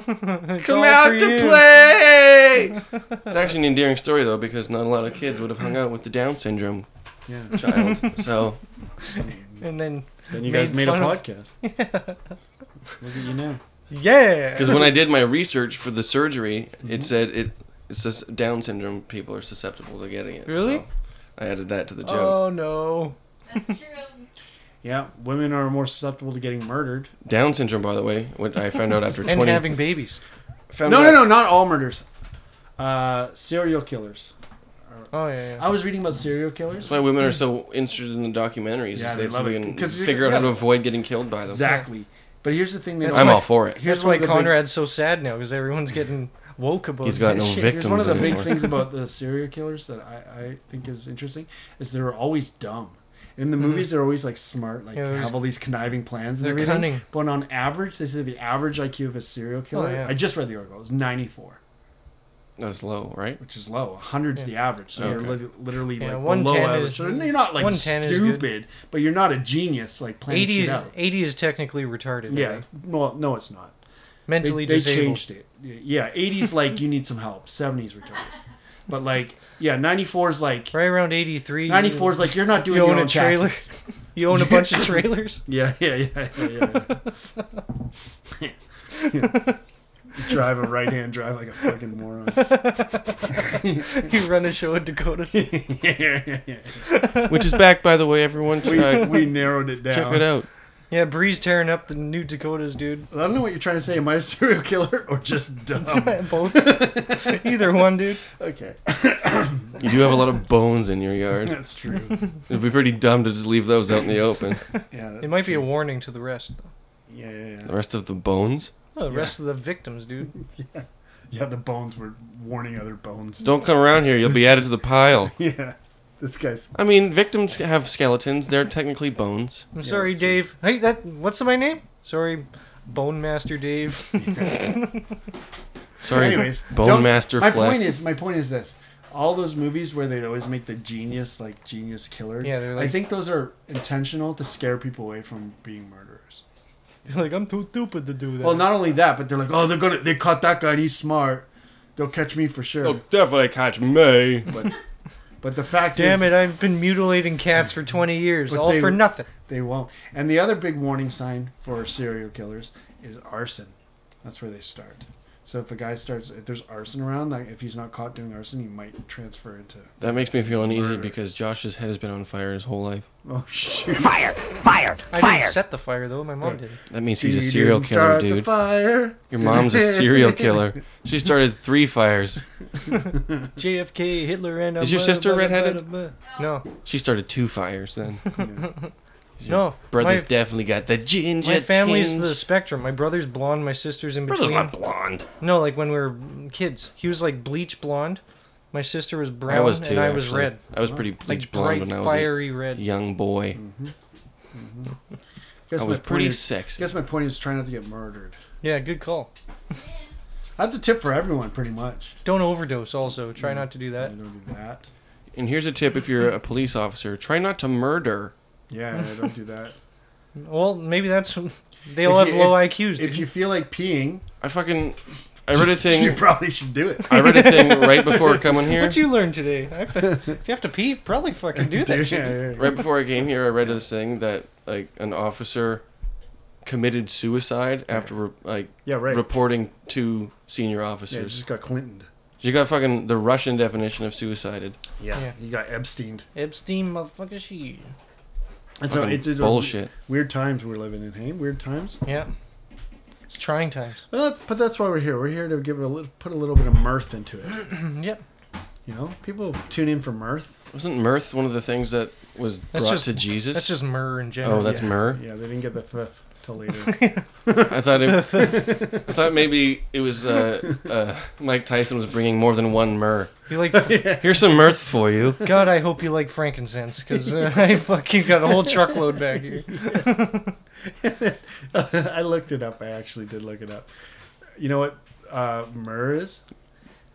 come
all
out
for
to
you.
play. It's actually an endearing story though, because not a lot of kids would have hung out with the Down syndrome
Yeah.
child. So
and then
Then you guys made a
fun of-
podcast. Look at you now.
yeah.
Because when I did my research for the surgery, it said it it's just Down syndrome people are susceptible to getting it.
Really?
So I added that to the joke.
Oh no.
Yeah, women are more susceptible to getting murdered.
Down syndrome, by the way, what I found out after
And
20
having babies.
Found
no,
out-
no, no, not all murders. Uh, serial killers.
Oh yeah,
I was reading about serial killers.
That's why women are so interested in the documentaries.
Yeah,
is
they
they,
love
so they
it.
can
'Cause you're-
figure out how to
yeah.
avoid getting killed by them.
Exactly. But here's the thing: they
That's
don't-
I'm all for it.
Here's
Here's
why
one of the big-
Conrad's so sad now because everyone's getting woke about.
He's got
that
no
shit.
victims
Here's one of the
anymore.
big things about the serial killers that I, I think is interesting is they're always dumb. In the movies, they're always like smart, like
Mm-hmm. Yeah, they're
have
just-
all these conniving plans and
they're
everything.
cunning. Oh,
But on average, they say the average IQ of a serial killer.
yeah.
I just read the article. It's 94,
That's low, right?
which is low. 100's the average, so
Okay.
you're lit- literally
Yeah,
like
110
below
is-
average. So you're not like
110 is good.
stupid, but you're not a genius like planning
80
shit
is,
out.
80 is technically retarded. I
Yeah,
think.
well, no, it's not.
Mentally
they, they
disabled.
changed it. Yeah, 80s like you need some help. 70s retarded. But like, yeah, 94 is like
right around 83.
94 is like you're not doing
you
your
own
own
a trailer.
taxes.
you own a bunch of trailers.
Yeah, yeah, yeah, yeah, yeah. yeah. Yeah. You drive a right-hand drive like a fucking moron.
you run a show in Dakota.
Which is back, by the way, everyone.
We-
Uh,
we narrowed it
Check
down.
it out.
Yeah, Bree's tearing up the new Dakotas, dude.
I don't know what you're trying to say. Am I a serial killer or just dumb?
Both. Either one, dude.
Okay.
You do have a lot of bones in your yard.
That's true.
It'd be pretty dumb to just leave those out in the open.
Yeah,
it might be a warning to the rest, though.
Yeah, yeah, yeah.
The rest of the bones?
Oh, the rest of the victims, dude.
yeah. Yeah, the bones were warning other bones.
Don't come around here. You'll be added to the pile.
Yeah. This guy's
I mean, victims have skeletons. They're technically bones.
I'm sorry, Dave. Hey, that what's my name? Sorry, Bone Master Dave.
Sorry,
Anyways,
Bone
don't-
Master
My
Flex.
point is, my point is this: all those movies where they always make the genius like genius killer.
Yeah, they're like-
I think those are intentional to scare people away from being murderers.
like I'm too stupid to do that.
Well, not only that, but they're like, oh, they're gonna they caught that guy and he's smart. They'll catch me for sure.
Oh,
They'll definitely catch me.
But but the fact is,
Damn it! I've been mutilating cats for 20 years,
But
all
they-
for nothing.
They won't. And the other big warning sign for serial killers is arson. That's where they start. So if a guy starts, if there's arson around, like if he's not caught doing arson, he might transfer into.
That makes me feel uneasy
Murder.
because Josh's head has been on fire his whole life.
Oh shoot!
Fire! Fire! I
fire.
didn't set the fire though. My mom did.
That means he's a
She
serial
didn't
killer,
start the
dude.
fire.
Your mom's a serial killer. She started three fires.
JFK, Hitler, and
Is your sister redheaded?
No.
She started two fires then. Your
No,
Brother's
my-
definitely got the ginger.
My family's
tinge.
the spectrum. My brother's blonde. My sister's in
Brother's
between.
not blonde.
No, like when we were kids, he was like bleach blonde. My sister was brown,
I was too.
and I was
actually.
red.
I was pretty
Like
bleach blonde
bright, Mm-hmm.
when I was
fiery
a
red.
young boy.
Guess
Mm-hmm.
I
my
was
point
pretty
is-
sexy.
Guess my point is try not to get murdered.
Yeah, good call.
That's a tip for everyone, pretty much.
Don't overdose. Also, try not to do that.
Don't do that.
And here's a tip: if you're a police officer, try not to murder.
Yeah, yeah, don't do that.
Well, maybe that's they all
Mm. If
have
you-
low
if-
IQs.
If you feel like peeing,
I fucking. I read a thing.
You probably should do it.
I read a thing right before coming here.
What you learned today? I- If you have to pee, probably fucking do that. shit.
right before I came here, I read this thing that like an officer committed suicide after re- like
Yeah, right.
reporting to senior
yeah, you
officers.
just got Clintoned.
you got fucking the Russian definition of suicided.
Yeah.
you got Epsteined.
Epstein, motherfucker, she.
And so
Fucking
it's, it's
bullshit.
Weird times we're living in. Hey, weird times.
Yeah, it's trying times.
But that's, but that's why we're here. We're here to give it a little, put a little bit of mirth into it.
yep.
You know, people tune in for mirth.
Wasn't mirth one of the things that was
That's
brought
just-
to Jesus?
that's just myrrh in general.
Oh, that's
yeah.
myrrh.
Yeah, they didn't get the fifth till later.
I thought it, I thought maybe it was uh, uh, Mike Tyson was bringing more than one myrrh.
You like?
Here's some mirth for you.
God, I hope you like frankincense because uh, I fucking got a whole truckload back here.
I looked it up. I actually did look it up. You know what uh, myrrh is?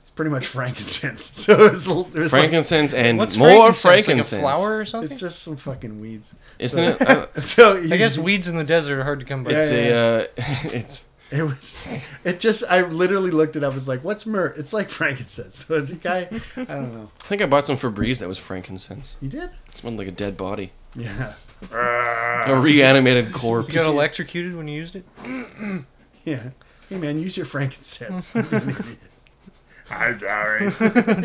It's
pretty much frankincense. So it was, it was
Frankincense
like,
and What's more frankincense?
Like a flower or something?
It's just some fucking weeds.
Isn't it? Uh,
it? so
I guess weeds in the desert are hard to come by.
It's a. Uh, it's.
It was. It just. I literally looked it up. Was like, what's myrrh? It's like frankincense. So the guy. I don't know.
I think I bought some Febreze that was frankincense.
You did?
It smelled like a dead body.
Yeah.
A reanimated corpse.
You got electrocuted when you used it.
Yeah. Hey man, use your frankincense.
I'm sorry.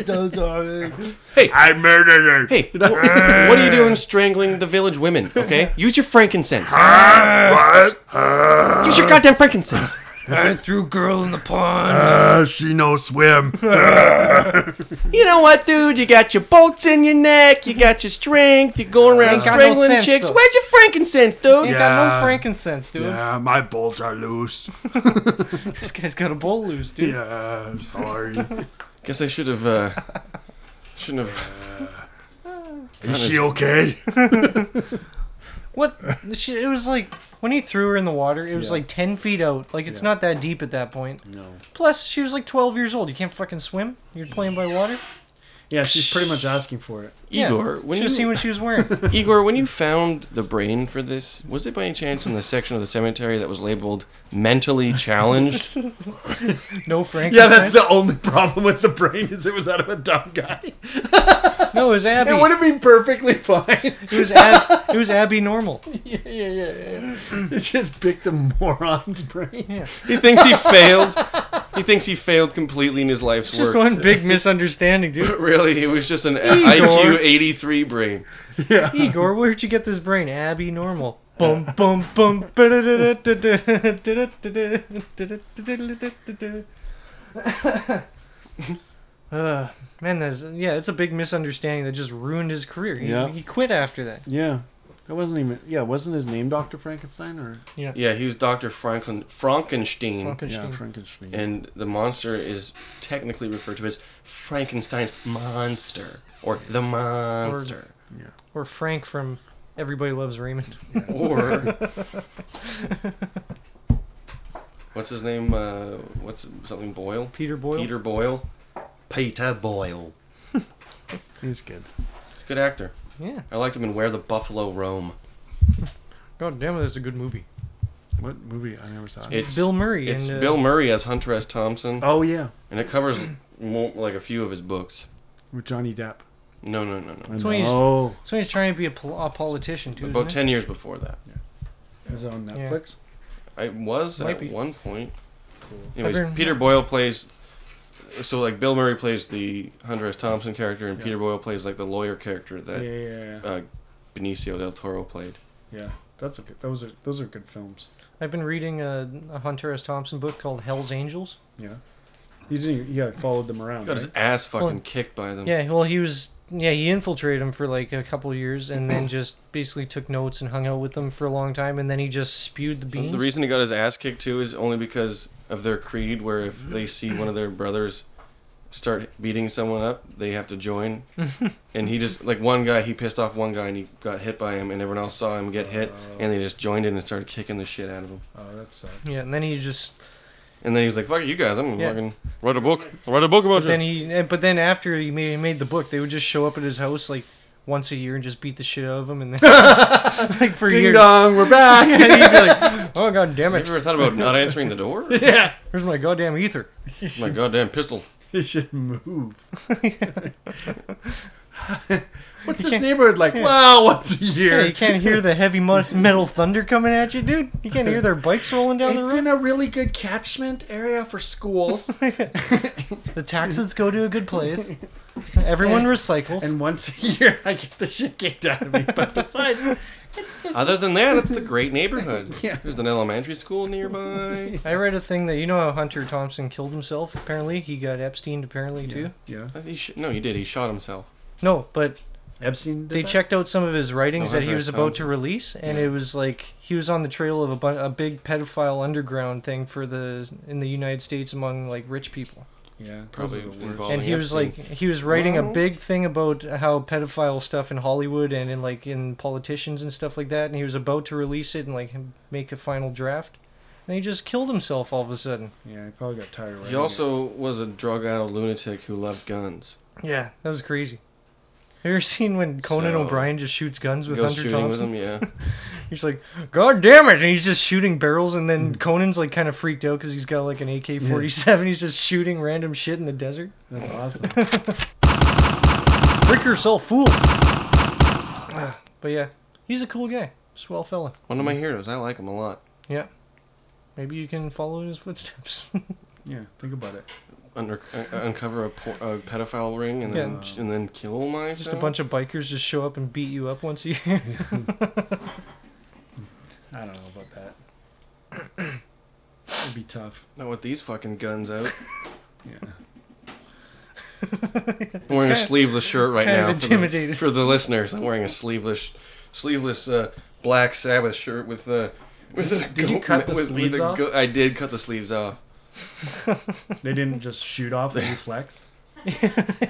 so sorry.
Hey,
I murdered her.
Hey, wh- what are you doing strangling the village women? Okay, use your frankincense. Uh,
What?
Use your goddamn frankincense.
I threw girl in the pond.
Uh, she no swim.
You know what, dude? You got your bolts in your neck. You got your strength. You're going around
Ain't got no
strangling
sense,
chicks.
though.
Where's your frankincense, dude?
Ain't got no frankincense, dude.
Uh,
yeah, my bolts are loose.
This guy's got a bowl loose, dude.
Yeah,
Uh,
I'm sorry.
Guess I should have. uh Shouldn't have.
Is she okay?
What? the shit- It was like when he threw her in the water. It was like ten feet out. Like it's not that deep at that point.
No.
Plus, she was like twelve years old. You can't fucking swim. You're playing by water.
Yeah, she's pretty much asking for it.
Igor,
yeah.
when
should have
you-
seen what she was wearing.
Igor, when you found the brain for this, was it by any chance in the section of the cemetery that was labeled mentally challenged?
No frankincense.
Yeah, that's the only problem with the brain is it was out of a dumb guy.
no. It was Abby.
It would have been perfectly fine.
It was ab- it was Abby normal.
yeah, yeah, yeah, yeah. It's just picked a moron's brain.
Yeah.
he thinks he failed. He thinks he failed completely in his life's
It's just
work.
one big misunderstanding, dude.
Really, it was just an IQ
Igor.
83 brain.
Igor, where'd you get this brain? Abby normal. Bum bum bum. uh, man, that's yeah. It's a big misunderstanding that just ruined his career. He,
Yeah.
he quit after that.
Yeah. That wasn't even. Yeah, wasn't his name Doctor Frankenstein or?
Yeah, he was Dr. Franklin Frankenstein.
Frankenstein.
Yeah, Frankenstein.
And the monster is technically referred to as Frankenstein's monster or the monster.
Or Frank from Everybody Loves Raymond.
Or. what's his name? Uh, what's something Boyle?
Peter Boyle.
Peter Boyle. Peter Boyle.
He's good.
He's a good actor.
Yeah.
I liked him in Where the Buffalo Roam.
God damn it, that's a good movie.
What movie? I never saw. it.
It's
Bill Murray
It's
and, uh,
Bill Murray as Hunter S. Thompson,
Oh yeah,
and it covers more, like a few of his books.
with Johnny Depp.
No, no, no, no.
I
So he's-
know.
So he's trying to be a, pol- a politician too.
About
isn't
ten years before that,
Is it on Netflix?
I was
Might
at
be.
one point.
I've
Anyways,
heard-
Peter Boyle plays. So like Bill Murray plays the Hunter S. Thompson character, and Peter Boyle plays like the lawyer character
Yeah,
that
yeah, yeah, yeah.
uh, Benicio del Toro played.
yeah. That's a good. Those are those are good films.
I've been reading a, a Hunter S. Thompson book called Hell's Angels.
Yeah. You didn't. Yeah, followed them around.
Got
Right?
his ass fucking
Well,
kicked by them.
Yeah, well, he was. Yeah, he infiltrated them for like a couple years, and then just basically took notes and hung out with them for a long time, and then he just spewed the beans.
The reason he got his ass kicked too is only because of their creed, where if they see one of their brothers start beating someone up, they have to join. and he just like one guy, he pissed off one guy, and he got hit by him, and everyone else saw him get hit,
Oh.
and they just joined in and started kicking the shit out of him.
Oh, that sucks.
yeah, and then he just.
And then he was like, "Fuck you guys, I'm gonna
Yeah.
fucking write a book, I'll write a book about
Then
you."
he. and- But then after he made, made the book, they would just show up at his house like once a year and just beat the shit out of him, and then like for
Ding
years.
dong, Um, we're back.
And he'd be like, "Oh god damn
Have
it!
you ever thought about not answering the door?
yeah.
Where's my goddamn ether?"
My goddamn pistol.
It should move. What's this neighborhood like? Wow, once a
Yeah,
year.
you can't hear the heavy mu- metal thunder coming at you, dude. You can't hear their bikes rolling down the
It's
road.
in a really good catchment area for schools.
The taxes go to a good place. Everyone recycles.
and once a year, I get the shit kicked out of me. But besides, it's just
Other than that, it's the great neighborhood.
Yeah.
There's an elementary school nearby.
I read a thing that you know how Hunter Thompson killed himself. Apparently, he got Epstein. Apparently, too.
yeah.
He sh- no, he did. He shot himself.
No, but
Epstein. Did
they
that?
checked out some of his writings
No,
that he
Hunter
was
S.
about to release, and it was like he was on the trail of a, bu- a big pedophile underground thing for the in the United States among like rich people.
Yeah,
Probably
those are the worst.
involving.
and he was
Epstein.
like he was writing a
Well-
big thing about how pedophile stuff in Hollywood and in like in politicians and stuff like that and he was about to release it and like make a final draft And he just killed himself all of a sudden.
Yeah, he probably got tired.
He also was a drug addled lunatic who loved guns.
Yeah, that was crazy. Have you ever seen when Conan
So-
O'Brien just shoots guns with
Goes
Hunter
shooting with
Thompson?
him, yeah.
he's like, God damn it! And he's just shooting barrels, and
Hmm.
then Conan's like kind of freaked out because he's got like an AK 47. He's just shooting random shit in the desert.
That's awesome.
Frick yourself, fool! Ah, But yeah, he's a cool guy. Swell fella.
One of my heroes. I like him a lot.
Yeah. Maybe you can follow in his footsteps.
Hmm.
yeah, think about it.
Under, uh, uncover a, por- a pedophile ring and then
Yeah.
and then kill myself.
Just a bunch of bikers just show up and beat you up once a year.
I don't know about that. It'd be tough.
Not with these fucking guns out. yeah. I'm
It's
wearing
kinda-
a sleeveless shirt right
kind
now.
of
for the-
intimidating.
For, the, listeners, I'm wearing a sleeveless, sleeveless uh, black Sabbath shirt with uh, with a
Did you
goat
cut the
with- with
sleeves
a
off?
goat- I did cut the sleeves off.
They didn't just shoot off the flex.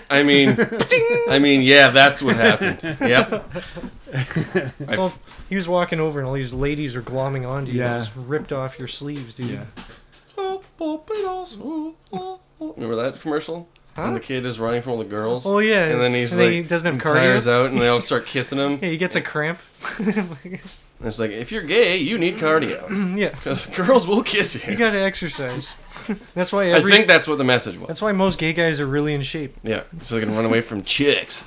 I mean, I mean, yeah, that's what happened. Yep. I
So he was walking over and all these ladies are glomming onto you.
Yeah.
Just ripped off your sleeves, dude.
Yeah. Remember that commercial?
Huh?
And the kid is running from all the girls.
Oh, yeah,
and then
it's-
he's
and then
like,
he doesn't have
and tires
cardio.
out, and they all start kissing him.
Yeah, he gets a cramp.
And it's like, if you're gay, you need cardio.
yeah.
Because girls will kiss
You
you.
gotta exercise. that's why every.
I think that's what the message was.
That's why most gay guys are really in shape.
Yeah, so they can run away from chicks.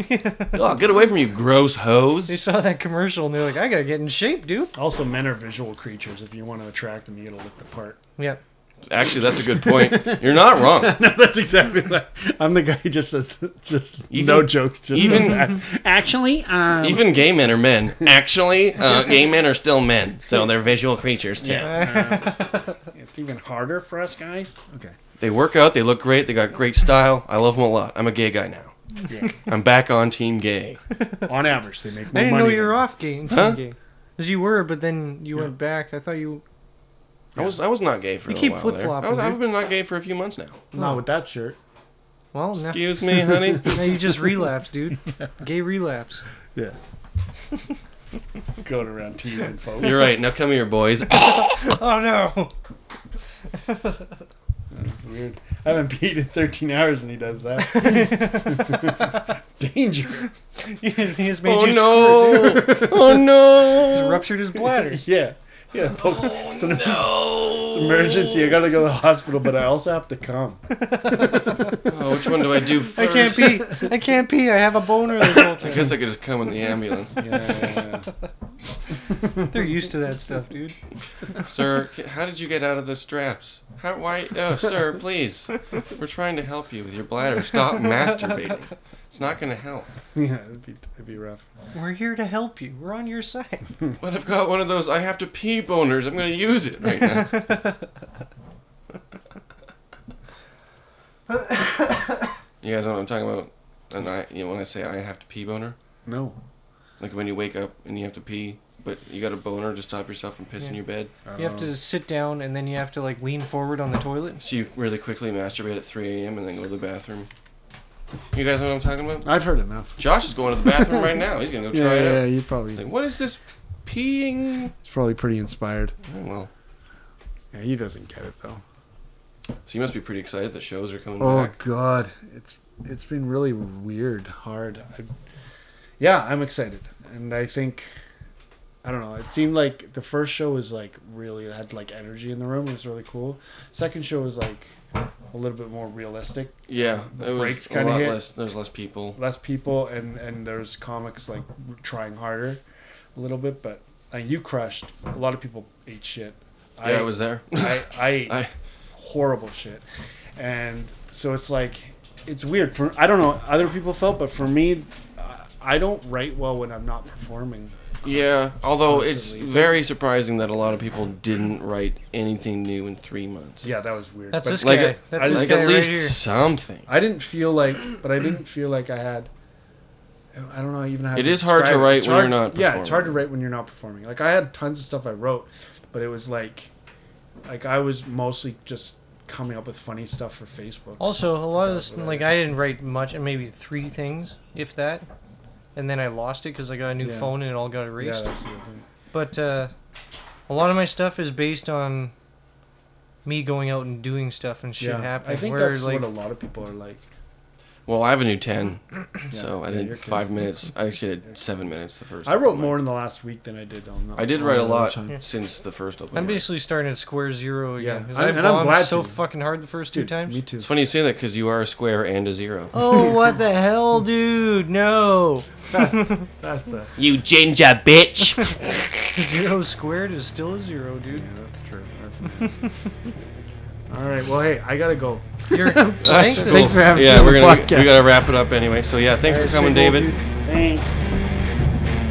Oh, get away from you, gross hoes.
They saw that commercial and they're like, I gotta get in shape, dude.
Also, men are visual creatures. If you want to attract them, you gotta look the part.
Yeah.
Actually, that's a good point. You're not wrong.
no, that's exactly right. I'm the guy who just says just no jokes. Just
even-
actually, um,
Even gay men are men. Actually, uh, gay men are still men, so they're visual creatures too.
Yeah. it's even harder for us guys. Okay.
They work out. They look great. They got great style. I love them a lot. I'm a gay guy now.
Yeah.
I'm back on team gay.
On average, they make
I
more
didn't
money.
know you were
than-
off game.
Huh?
game. As you were, but then you
Yeah.
went back. I thought you.
I was I was not gay for
You
a
keep
while
flip
there. I
flopping.
was- I've been not gay for a few months now.
Not with that shirt.
Well, no.
Excuse me, honey?
no, you just relapsed, dude. Gay relapse.
Yeah. Going around teasing folks.
You're right. Now come here, boys.
oh no.
That's weird. I haven't peed in 13 hours and he does that. Danger.
he has
made
Oh,
you
no.
squirt.
Oh, no. He's ruptured his bladder.
yeah. Yeah.
Oh,
it's an, no. It's an emergency. I gotta go to the hospital, but I also have to come.
oh, which one do I do first?
I can't pee. I can't pee. I have a boner this whole
I
time.
guess I could just come in the ambulance.
They're used to that stuff, dude.
Sir, c- how did you get out of the straps? How, why? Oh, sir, please. We're trying to help you with your bladder. Stop masturbating. It's not going to help.
Yeah, it'd be, it'd be rough.
We're here to help you. We're on your side.
But I've got one of those I have to pee boners. I'm going to use it right now. you guys know what I'm talking about? And I, you know, when I say I have to pee boner,
No.
like when you wake up and you have to pee, but you got a boner to stop yourself from pissing
Yeah.
your bed.
You have to sit down and then you have to like lean forward on the toilet.
So you really quickly masturbate at 3 a.m. and then go to the bathroom. You guys know what I'm talking about?
I've heard enough.
Josh is going to the bathroom right now. He's gonna go try
yeah,
it
yeah,
out.
you probably.
Like, what is this peeing?
He's probably pretty inspired.
well.
Yeah, he doesn't get it though.
So you must be pretty excited that shows are coming
Oh
back.
God, it's it's been really weird, hard. I, yeah, I'm excited, and I think I don't know. It seemed like the first show was like really had like energy in the room. It was really cool. Second show was like a little bit more realistic.
Yeah, it was
breaks
a
kind of
lot
hit.
less- there's less people.
Less people, and and there's comics like trying harder, a little bit. But uh, you crushed. A lot of people ate shit.
Yeah, I was there.
I I ate
I-
horrible shit, and so it's like it's weird for I don't know other people felt, but for me, I- I don't write well when I'm not performing.
Yeah, although
Constantly.
it's very surprising that a lot of people didn't write anything new in three months.
Yeah, that was weird.
That's
But-
this
like
guy.
a-
That's this
like
guy
at least
right here.
something.
I didn't feel like, but I didn't feel like I had. I don't know even how.
It
to
is hard to
describe
write
It's
when
hard-
you're not
Yeah, it's hard to write when you're not performing. Like I had tons of stuff I wrote, but it was like, like I was mostly just coming up with funny stuff for Facebook.
Also, a lot of this, like I didn't write much, and maybe three things, if that, and then I lost it because I got a new
Yeah.
phone and it all got
Yeah,
erased.
that's the other thing.
but uh, a lot of my stuff is based on me going out and doing stuff and shit
Yeah, I
happening.
think
where,
that's
like,
what a lot of people are like.
Well, I have a new ten, so
Yeah,
I
yeah,
did
you're
five
kidding.
minutes. I actually did seven minutes the first.
I wrote
open
more in the last week than I did on.
mic.
the-
I did
on
write a
the
lot
time.
since the first open.
I'm
mic.
basically starting at square zero again.
Yeah,
'cause
I'm-
I
and I'm
bombed
glad
so
to.
fucking hard the first two
Dude,
times.
Me too.
It's funny you say that because you are a square and a zero.
Oh, what the hell, dude? No.
That's a
You ginger bitch.
zero squared is still a zero, dude.
Yeah, that's true. All right. Well, hey, I gotta go.
You're,
That's
thanks,
cool.
thanks for having
yeah,
me. on
we're
the
gonna
podcast.
we gotta wrap it up anyway. So yeah, thanks
All
for
right,
coming,
stay cool,
David.
dude. Thanks.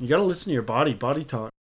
You gotta listen to your body. Body talk.